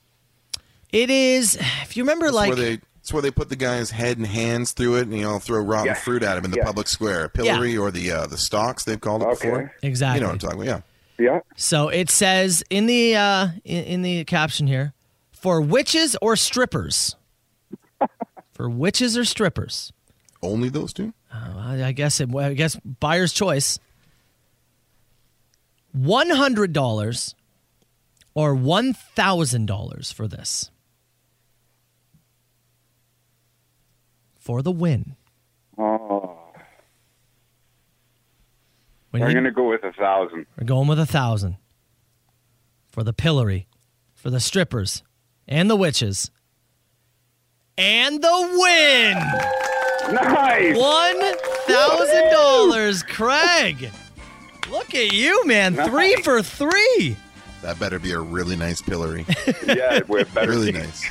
Speaker 6: It is, if you remember,
Speaker 7: It's
Speaker 6: like.
Speaker 7: where they it's where they put the guy's head and hands through it, and you know throw rotten
Speaker 6: Yeah.
Speaker 7: fruit at him in the
Speaker 6: Yeah.
Speaker 7: public square, pillory or the uh, the stocks they've called it before.
Speaker 6: Exactly.
Speaker 7: You know what I'm talking about?
Speaker 17: Yeah.
Speaker 6: So it says in the uh, in, in the caption here, for witches or strippers. for witches or strippers.
Speaker 7: Only those two.
Speaker 6: Uh, I, I guess it. well, I guess buyer's choice. One hundred dollars, or one thousand dollars for this. For the win.
Speaker 17: Oh.
Speaker 6: When
Speaker 17: I'm
Speaker 6: you-
Speaker 17: gonna go with a thousand.
Speaker 6: We're going with a thousand for the pillory, for the strippers, and the witches, and the win.
Speaker 17: Nice.
Speaker 6: One thousand dollars, Craig. Look at you, man. Three for three.
Speaker 7: That better be a really nice pillory.
Speaker 17: yeah, we're better.
Speaker 7: Really nice.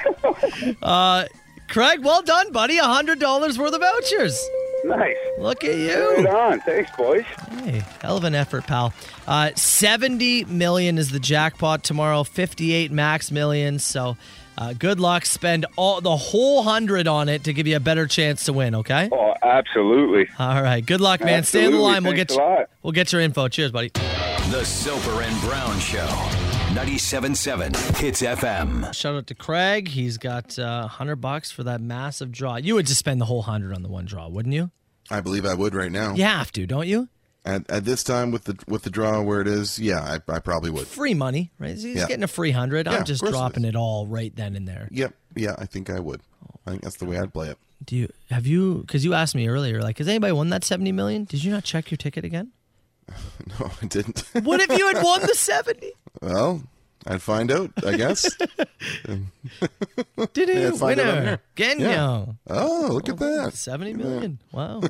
Speaker 6: Uh, Craig, well done, buddy. hundred dollars worth of vouchers.
Speaker 17: Nice.
Speaker 6: Look at you.
Speaker 17: Right on. Thanks, boys.
Speaker 6: Hey, hell of an effort, pal. Uh, 70 million is the jackpot tomorrow, 58 max million. So uh, good luck. Spend all the whole hundred on it to give you a better chance to win, okay?
Speaker 17: Oh, absolutely.
Speaker 6: All right. Good luck, man. Stay on the
Speaker 17: Absolutely.
Speaker 6: line. We'll
Speaker 17: Thanks
Speaker 6: get
Speaker 17: a
Speaker 6: you, we'll get your info. Cheers, buddy.
Speaker 5: The Soper and Brown Show. 97.7 Hits FM.
Speaker 6: Shout out to Craig. He's got uh, 100 bucks for that massive draw. You would just spend the whole 100 on the one draw, wouldn't you?
Speaker 7: I believe I would right now.
Speaker 6: You have to, don't you?
Speaker 7: At, at this time with the with the draw where it is, yeah, I, I probably would.
Speaker 6: Free money, right? He's
Speaker 7: Yeah.
Speaker 6: getting a free 100.
Speaker 7: Yeah,
Speaker 6: I'm
Speaker 7: of
Speaker 6: just
Speaker 7: course it
Speaker 6: dropping it all right then and there.
Speaker 7: Yep. Yeah, I think I would. I think that's the way I'd play it.
Speaker 6: Do you have you? Because you asked me earlier, like, has anybody won that seventy million? Did you not check your ticket again?
Speaker 7: No, I didn't.
Speaker 6: What if you had won the seventy?
Speaker 7: Well, I'd find out, I guess.
Speaker 6: Did
Speaker 7: Yeah,
Speaker 6: it?
Speaker 7: find out on
Speaker 6: Winner.
Speaker 7: here.
Speaker 6: Genyo.
Speaker 7: Yeah. Oh, look at that.
Speaker 6: 70
Speaker 7: Look at that.
Speaker 6: million. Wow.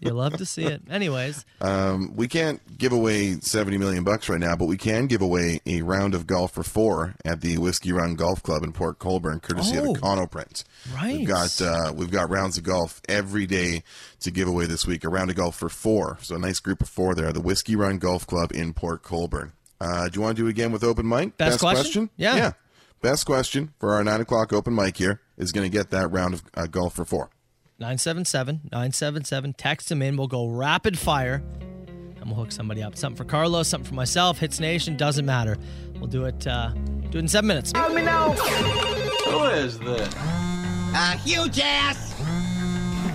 Speaker 6: You love to see it. Anyways,
Speaker 7: Um, we can't give away 70 million bucks right now, but we can give away a round of golf for four at the Whiskey Run Golf Club in Port Colborne, courtesy
Speaker 6: Oh.
Speaker 7: of Econoprint.
Speaker 6: Right.
Speaker 7: We've got, uh, we've got rounds of golf every day to give away this week. A round of golf for four. So a nice group of four there. The Whiskey Run Golf Club in Port Colborne. Uh, do you want to do again with open mic?
Speaker 6: Best question? Yeah.
Speaker 7: Yeah. Best question for our nine o'clock open mic here is going to get that round of uh, golf for four.
Speaker 6: 977 977. Text him in. We'll go rapid fire and we'll hook somebody up. Something for Carlos, something for myself, Hits Nation, doesn't matter. We'll do it uh, do it in seven minutes.
Speaker 2: Let me know. Who is this?
Speaker 8: A huge ass.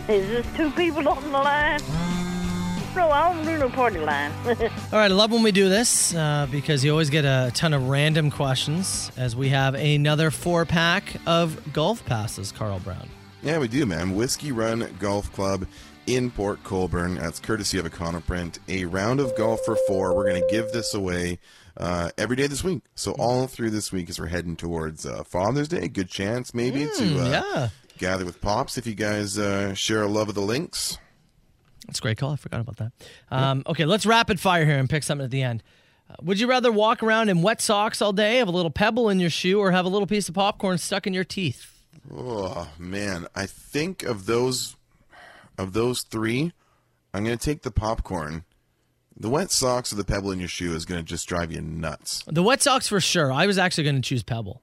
Speaker 8: Is this two people on the line? No, I don't do no party line.
Speaker 6: All right, I love when we do this uh, because you always get a ton of random questions as we have another four pack of golf passes, Carl Brown.
Speaker 7: Yeah, we do, man. Whiskey Run Golf Club in Port Colborne. That's courtesy of Econoprint. A round of golf for four. We're going to give this away uh, every day this week. So all through this week as we're heading towards uh, Father's Day. Good chance maybe to uh,
Speaker 6: yeah.
Speaker 7: gather with Pops if you guys uh, share a love of the links.
Speaker 6: That's a great call. I forgot about that. Um, okay, let's rapid fire here and pick something at the end. Uh, would you rather walk around in wet socks all day, have a little pebble in your shoe, or have a little piece of popcorn stuck in your teeth?
Speaker 7: Oh man, I think of those of those three, I'm gonna take the popcorn. The wet socks or the pebble in your shoe is gonna just drive you nuts.
Speaker 6: The wet socks for sure. I was actually going to choose pebble.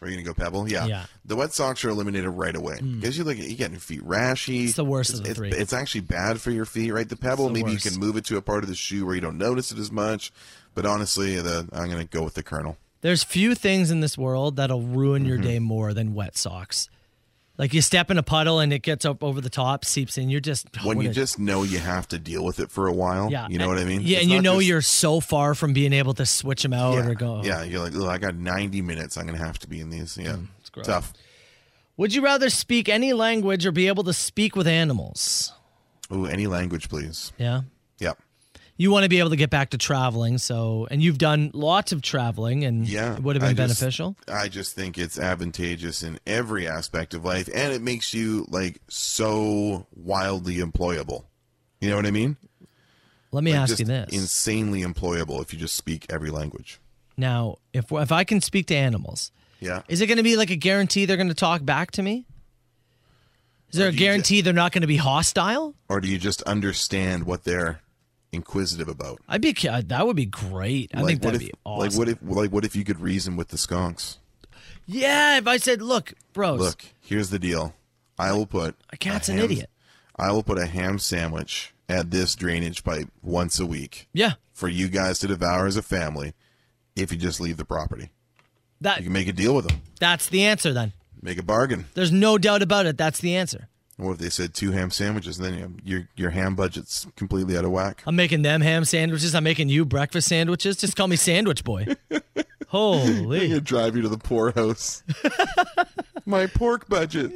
Speaker 7: Are you gonna go pebble? Yeah.
Speaker 6: Yeah.
Speaker 7: The wet socks are eliminated right away.
Speaker 6: Mm.
Speaker 7: Because you look you get your feet rashy. It's
Speaker 6: the worst of the
Speaker 7: it's,
Speaker 6: three.
Speaker 7: It's actually bad for your feet, right? The pebble,
Speaker 6: the
Speaker 7: maybe
Speaker 6: worst.
Speaker 7: you can move it to a part of the shoe where you don't notice it as much. But honestly, the, I'm gonna go with the kernel.
Speaker 6: There's few things in this world that'll ruin
Speaker 7: Mm-hmm.
Speaker 6: your day more than wet socks. Like you step in a puddle and it gets up over the top, seeps in. You're just
Speaker 7: When
Speaker 6: what
Speaker 7: you
Speaker 6: a-
Speaker 7: just know you have to deal with it for a while.
Speaker 6: Yeah,
Speaker 7: You know what I mean?
Speaker 6: yeah,
Speaker 7: It's
Speaker 6: and you
Speaker 7: not
Speaker 6: know
Speaker 7: just-
Speaker 6: you're so far from being able to switch them out or go.
Speaker 7: Yeah, you're like, "Ugh, I got 90 minutes. I'm gonna have to be in these. Yeah, it's
Speaker 6: Hmm, gross.
Speaker 7: tough.
Speaker 6: Would you rather speak any language or be able to speak with animals?
Speaker 7: Ooh, any language, please.
Speaker 6: Yeah.
Speaker 7: Yep.
Speaker 6: You want to be able to get back to traveling, so and you've done lots of traveling, and
Speaker 7: Yeah,
Speaker 6: it would have been
Speaker 7: I just-
Speaker 6: beneficial.
Speaker 7: I just think it's advantageous in every aspect of life, and it makes you like so wildly employable. You know what I mean?
Speaker 6: Let me
Speaker 7: Like,
Speaker 6: ask
Speaker 7: just
Speaker 6: you this:
Speaker 7: insanely employable if you just speak every language.
Speaker 6: now, if if I can speak to animals,
Speaker 7: Yeah.
Speaker 6: Is it going to be like a guarantee they're going to talk back to me? Is there a guarantee they're not going to be hostile?
Speaker 7: Or do you just understand what they're inquisitive about?
Speaker 6: I'd be ca- that would be great. I think
Speaker 7: what
Speaker 6: that'd
Speaker 7: if,
Speaker 6: be awesome.
Speaker 7: Like what if like what if you could reason with the skunks?
Speaker 6: yeah, if I said, "Look, bros,
Speaker 7: Look, here's the deal. I will put
Speaker 6: a cat's
Speaker 7: a
Speaker 6: an
Speaker 7: ham-
Speaker 6: idiot."
Speaker 7: I will put a ham sandwich at this drainage pipe once a week
Speaker 6: Yeah,
Speaker 7: for you guys to devour as a family if you just leave the property.
Speaker 6: that
Speaker 7: You can make a deal with them.
Speaker 6: that's the answer. Then
Speaker 7: Make a bargain.
Speaker 6: there's no doubt about it. That's the answer.
Speaker 7: What if they said two ham sandwiches and then you, your your ham budget's completely out of whack?
Speaker 6: I'm making them ham sandwiches. I'm making you breakfast sandwiches. Just call me Sandwich Boy. Holy!
Speaker 7: They're gonna drive you to the poorhouse. My pork budget.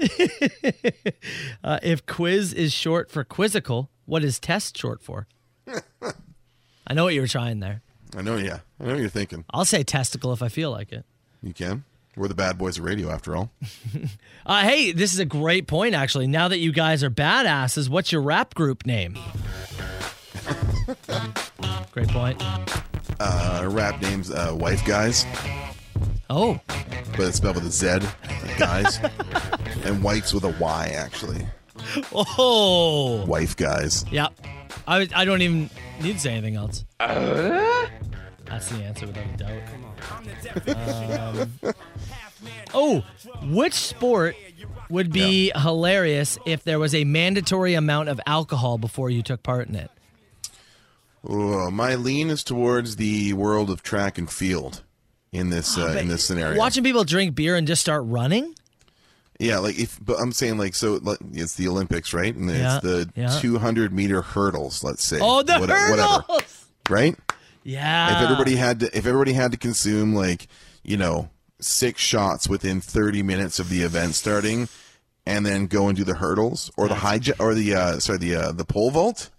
Speaker 6: Uh, if quiz is short for quizzical, what is test short for? I know what you were trying there.
Speaker 7: I know, yeah. I know what you're thinking.
Speaker 6: I'll say testicle if I feel like it.
Speaker 7: You can. We're the bad boys of radio after all.
Speaker 6: Uh, hey, this is a great point, actually. Now that you guys are badasses, what's your rap group name? great point.
Speaker 7: Uh rap names uh wife guys.
Speaker 6: Oh.
Speaker 7: But it's spelled with a Z, like guys. and wife's with a Y actually.
Speaker 6: Oh.
Speaker 7: Wife guys.
Speaker 6: Yep. I, I don't even need to say anything else. That's the answer without a doubt. Um, oh, which sport would be hilarious if there was a mandatory amount of alcohol before you took part in it?
Speaker 7: Oh, my lean is towards the world of track and field in this
Speaker 6: Ah,
Speaker 7: uh, in this scenario.
Speaker 6: Watching people drink beer and just start running?
Speaker 7: Yeah, like if but I'm saying like so like, it's the Olympics, right? And it's
Speaker 6: Yeah,
Speaker 7: the
Speaker 6: yeah.
Speaker 7: 200 meter hurdles, let's say.
Speaker 6: Oh, the Ah.
Speaker 7: What-
Speaker 6: hurdles!
Speaker 7: right?
Speaker 6: Yeah.
Speaker 7: If everybody had to if everybody had to consume like, you know, six shots within 30 minutes of the event starting and then go and do the hurdles or the high ju- or the uh sorry, the uh, the pole vault.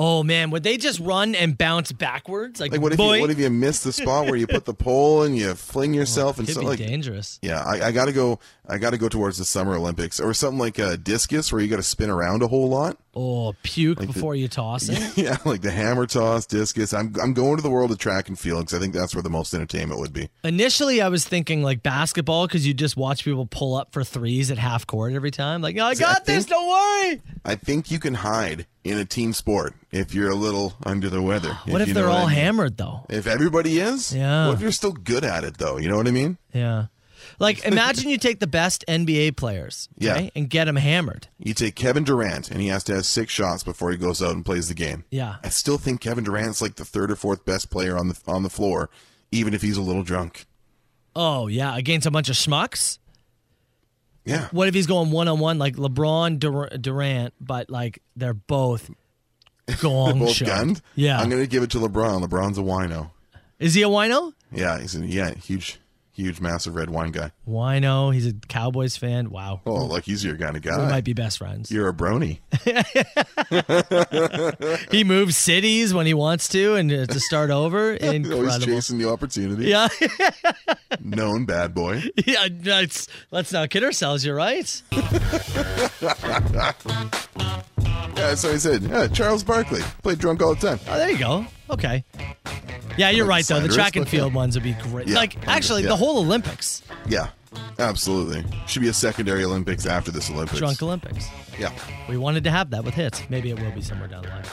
Speaker 6: Oh man, would they just run and bounce backwards? Like,
Speaker 7: Like what if
Speaker 6: boy? Oh,
Speaker 7: you, what if you miss the spot where you put the pole and you fling yourself and
Speaker 6: could
Speaker 7: so
Speaker 6: be
Speaker 7: like
Speaker 6: dangerous.
Speaker 7: Yeah, I, I gotta go. I gotta go towards the Summer Olympics or something like a discus where you gotta spin around a whole lot.
Speaker 6: Oh, puke
Speaker 7: Like the-
Speaker 6: before you toss it.
Speaker 7: Yeah, like the hammer toss, discus. I'm I'm going to the world of track and field because I think that's where the most entertainment would be.
Speaker 6: Initially, I was thinking like basketball because you just watch people pull up for threes at half court every time. Like, I
Speaker 7: See, I
Speaker 6: got this,
Speaker 7: think-
Speaker 6: don't worry.
Speaker 7: I think you can hide in a team sport if you're a little under the weather.
Speaker 6: What if,
Speaker 7: you know
Speaker 6: they're
Speaker 7: I
Speaker 6: all
Speaker 7: mean.
Speaker 6: hammered though?
Speaker 7: If everybody is,
Speaker 6: Yeah.
Speaker 7: What if you're still good at it though? You know what I mean?
Speaker 6: Yeah. Like, imagine you take the best NBA players,
Speaker 7: Yeah.
Speaker 6: okay, and get them hammered.
Speaker 7: You take Kevin Durant, and he has to have six shots before he goes out and plays the game.
Speaker 6: Yeah.
Speaker 7: I still think Kevin Durant's like the third or fourth best player on the on the floor, even if he's a little drunk.
Speaker 6: Oh yeah, against a bunch of schmucks.
Speaker 7: Yeah.
Speaker 6: What if he's going one on one like LeBron Dur- Durant, but like they're both
Speaker 7: They're
Speaker 6: gong
Speaker 7: both
Speaker 6: show.
Speaker 7: gunned.
Speaker 6: Yeah.
Speaker 7: I'm gonna give it to LeBron. LeBron's a wino.
Speaker 6: Is he a wino?
Speaker 7: Yeah, he's a, yeah huge, huge, massive red wine guy.
Speaker 6: Wino. He's a Cowboys fan. Wow.
Speaker 7: Oh, like he's your kind of
Speaker 6: We
Speaker 7: guy.
Speaker 6: Mm-hmm. might be best friends.
Speaker 7: You're a brony.
Speaker 6: He moves cities when he wants to and uh, to start over.
Speaker 7: Always
Speaker 6: Incredible.
Speaker 7: chasing the opportunity.
Speaker 6: Yeah.
Speaker 7: Known bad boy.
Speaker 6: yeah. That's, let's not kid ourselves. You're right.
Speaker 7: yeah, that's what I said. Yeah, Charles Barkley played drunk all the time.
Speaker 6: Oh, there you go. Okay. Yeah, you're right though. The
Speaker 7: slanderous,
Speaker 6: track and
Speaker 7: but
Speaker 6: field
Speaker 7: yeah.
Speaker 6: ones would be great.
Speaker 7: Yeah,
Speaker 6: like
Speaker 7: I
Speaker 6: actually,
Speaker 7: agree.
Speaker 6: the
Speaker 7: Yeah.
Speaker 6: whole Olympics,
Speaker 7: Yeah, absolutely. Should be a secondary Olympics after this Olympics.
Speaker 6: drunk Olympics.
Speaker 7: Yeah.
Speaker 6: We wanted to have that with hits. Maybe it will be somewhere down the line.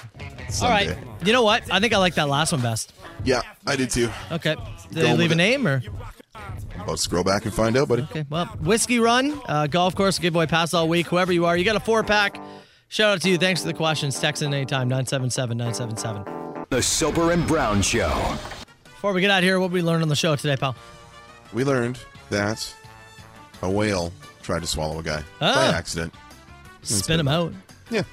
Speaker 6: All
Speaker 7: Someday.
Speaker 6: right. You know what? I think I like that last one best.
Speaker 7: Yeah, I do too.
Speaker 6: Okay. Did
Speaker 7: Going
Speaker 6: they
Speaker 7: with
Speaker 6: leave a
Speaker 7: it.
Speaker 6: name or?
Speaker 7: I'm about to scroll back and find out, buddy.
Speaker 6: Okay. Well, Whiskey Run, uh, golf course, giveaway pass all week. Whoever you are, you got a four pack. Shout out to you. Thanks for the questions. Text in anytime 977 977.
Speaker 2: The Soper and Brown Show.
Speaker 6: Before we get out of here, what we learned on the show today, pal?
Speaker 7: We learned that a whale tried to swallow a guy
Speaker 6: Ah.
Speaker 7: by accident.
Speaker 6: Spin him out.
Speaker 7: Yeah.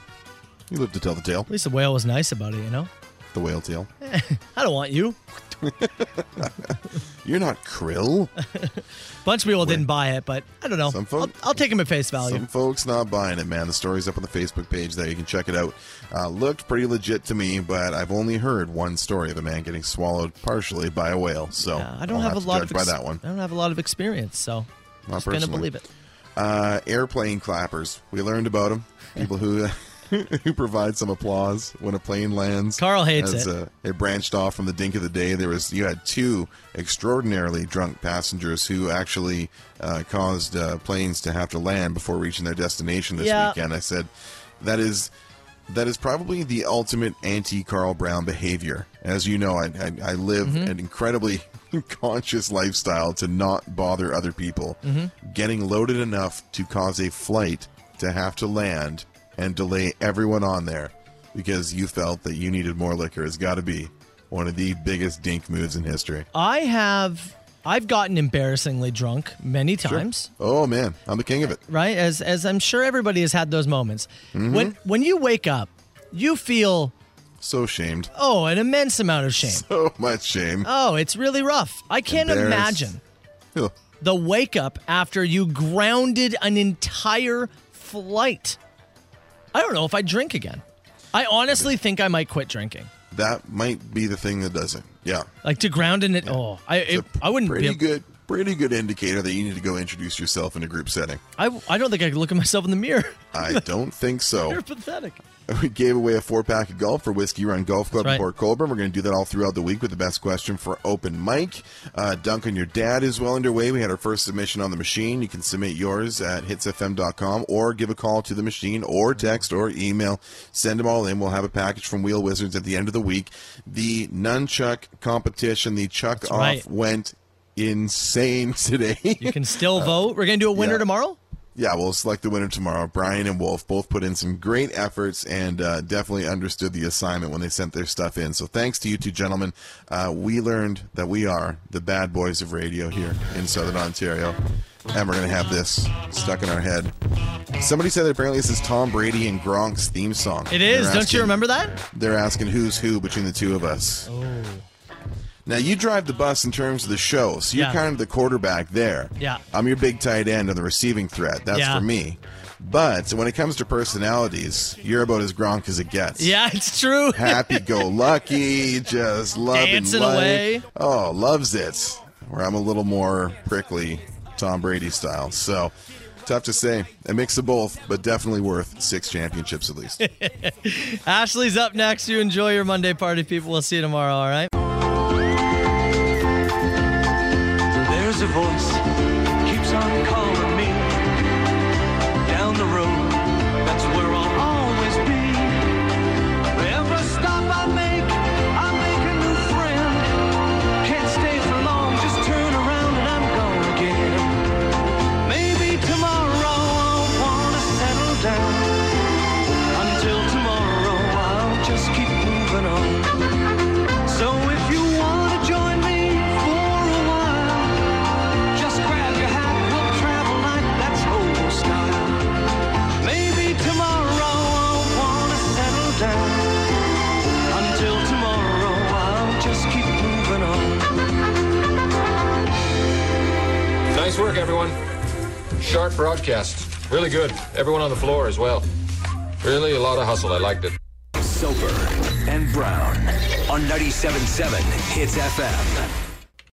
Speaker 7: You live to tell the tale.
Speaker 6: At least the whale was nice about it, you know?
Speaker 7: The whale tale.
Speaker 6: I don't want you.
Speaker 7: You're not krill.
Speaker 6: Bunch of people didn't buy it, but I don't know.
Speaker 7: Some folk-
Speaker 6: I'll, I'll take him at face value.
Speaker 7: Some folks not buying it, man. The story's up on the Facebook page there. You can check it out. Uh, looked pretty legit to me, but I've only heard one story of a man getting swallowed partially by a whale. So
Speaker 6: I don't
Speaker 7: I'll
Speaker 6: have, a
Speaker 7: to
Speaker 6: lot
Speaker 7: judge
Speaker 6: of
Speaker 7: by
Speaker 6: ex-
Speaker 7: that one.
Speaker 6: I don't have a lot of experience, so
Speaker 7: Not
Speaker 6: just gonna
Speaker 7: personally.
Speaker 6: believe it.
Speaker 7: Uh, airplane clappers. We learned about them. People who who provide some applause when a plane lands.
Speaker 6: Carl hates
Speaker 7: As,
Speaker 6: it.
Speaker 7: uh, it branched off from the dink of the day. There was you had two extraordinarily drunk passengers who actually uh, caused uh, planes to have to land before reaching their destination this
Speaker 6: Yeah.
Speaker 7: weekend. I said that is. That is probably the ultimate anti Carl Brown behavior. As you know, I, I, I live an incredibly conscious lifestyle to not bother other people
Speaker 2: Mhm.
Speaker 7: getting loaded enough to cause a flight to have to land and delay everyone on there because you felt that you needed more liquor has got to be one of the biggest dink moves in history.
Speaker 6: I have I've gotten embarrassingly drunk many times,
Speaker 7: Oh man, I'm the king of it.
Speaker 6: right? As as I'm sure everybody has had those moments.
Speaker 7: Mhm.
Speaker 6: When when you wake up, you feel
Speaker 7: So shamed.
Speaker 6: oh, an immense amount of shame.
Speaker 7: So much shame.
Speaker 6: Oh, it's really rough. I can't
Speaker 7: Embarrassed.
Speaker 6: imagine
Speaker 7: Ugh.
Speaker 6: the wake up after you grounded an entire flight. I don't know if I drink again. I honestly think I might quit drinking.
Speaker 7: That might be the thing that does it. Yeah.
Speaker 6: Like to ground in it. Oh, I it, I wouldn't
Speaker 7: Pretty
Speaker 6: be.
Speaker 7: good pretty good indicator that you need to go introduce yourself in a group setting.
Speaker 6: I I don't think I could look at myself in the mirror.
Speaker 7: I don't think so.
Speaker 6: You're pathetic.
Speaker 7: We gave away a four pack of golf for Whiskey Run Golf Club
Speaker 6: That's
Speaker 7: in Port Colborne. We're going to do that all throughout the week with the best question for open mic. Uh, Dunk on Your Dad is well underway. We had our first submission on the machine. You can submit yours at hitsfm.com or give a call to the machine or text or email. Send them all in. We'll have a package from Wheel Wizards at the end of the week. The Nunchuck competition, the Chuck Off,
Speaker 6: right.
Speaker 7: went insane today.
Speaker 6: You can still vote. We're gonna do a winner
Speaker 7: yeah.
Speaker 6: tomorrow.
Speaker 7: Yeah, we'll select the winner tomorrow. Brian and Wolf both put in some great efforts and uh, definitely understood the assignment when they sent their stuff in. So thanks to you two gentlemen. Uh, we learned that we are the bad boys of radio here in Southern Ontario. And we're going to have this stuck in our head. Somebody said that apparently this is Tom Brady and Gronk's theme song.
Speaker 6: It is.
Speaker 7: They're
Speaker 6: Don't
Speaker 7: asking-
Speaker 6: you remember that?
Speaker 7: They're asking who's who between the two of us.
Speaker 6: Oh.
Speaker 7: Now, you drive the bus in terms of the show, so you're
Speaker 6: Yeah.
Speaker 7: kind of the quarterback there.
Speaker 6: Yeah.
Speaker 7: I'm your big tight end on the receiving threat. That's
Speaker 6: Yeah.
Speaker 7: for me. But when it comes to personalities, you're about as Gronk as it gets.
Speaker 6: Yeah, it's true.
Speaker 7: Happy go lucky, just loving
Speaker 6: Dancing
Speaker 7: life.
Speaker 6: away.
Speaker 7: Oh, loves it. Where I'm a little more prickly, Tom Brady style. So tough to say. A mix of both, but definitely worth six championships at least.
Speaker 6: Ashley's up next. You enjoy your Monday party, people. We'll see you tomorrow, all right?
Speaker 16: There's a voice keeps on calling me down the road. That's where I'll always be. Every stop I make, I make a new friend. Can't stay for long, just turn around and I'm gone again. Maybe tomorrow I'll wanna settle down. Until tomorrow I'll just keep moving on. So if you wanna join me for a while. Just grab your hat, we'll travel like that's old style. Maybe tomorrow I'll wanna settle down. Until tomorrow I'll just keep moving on.
Speaker 15: Nice work, everyone. Sharp broadcast. Really good. Everyone on the floor as well. Really a lot of hustle. I liked it.
Speaker 5: Soper and Brown on 97.7 Hits FM.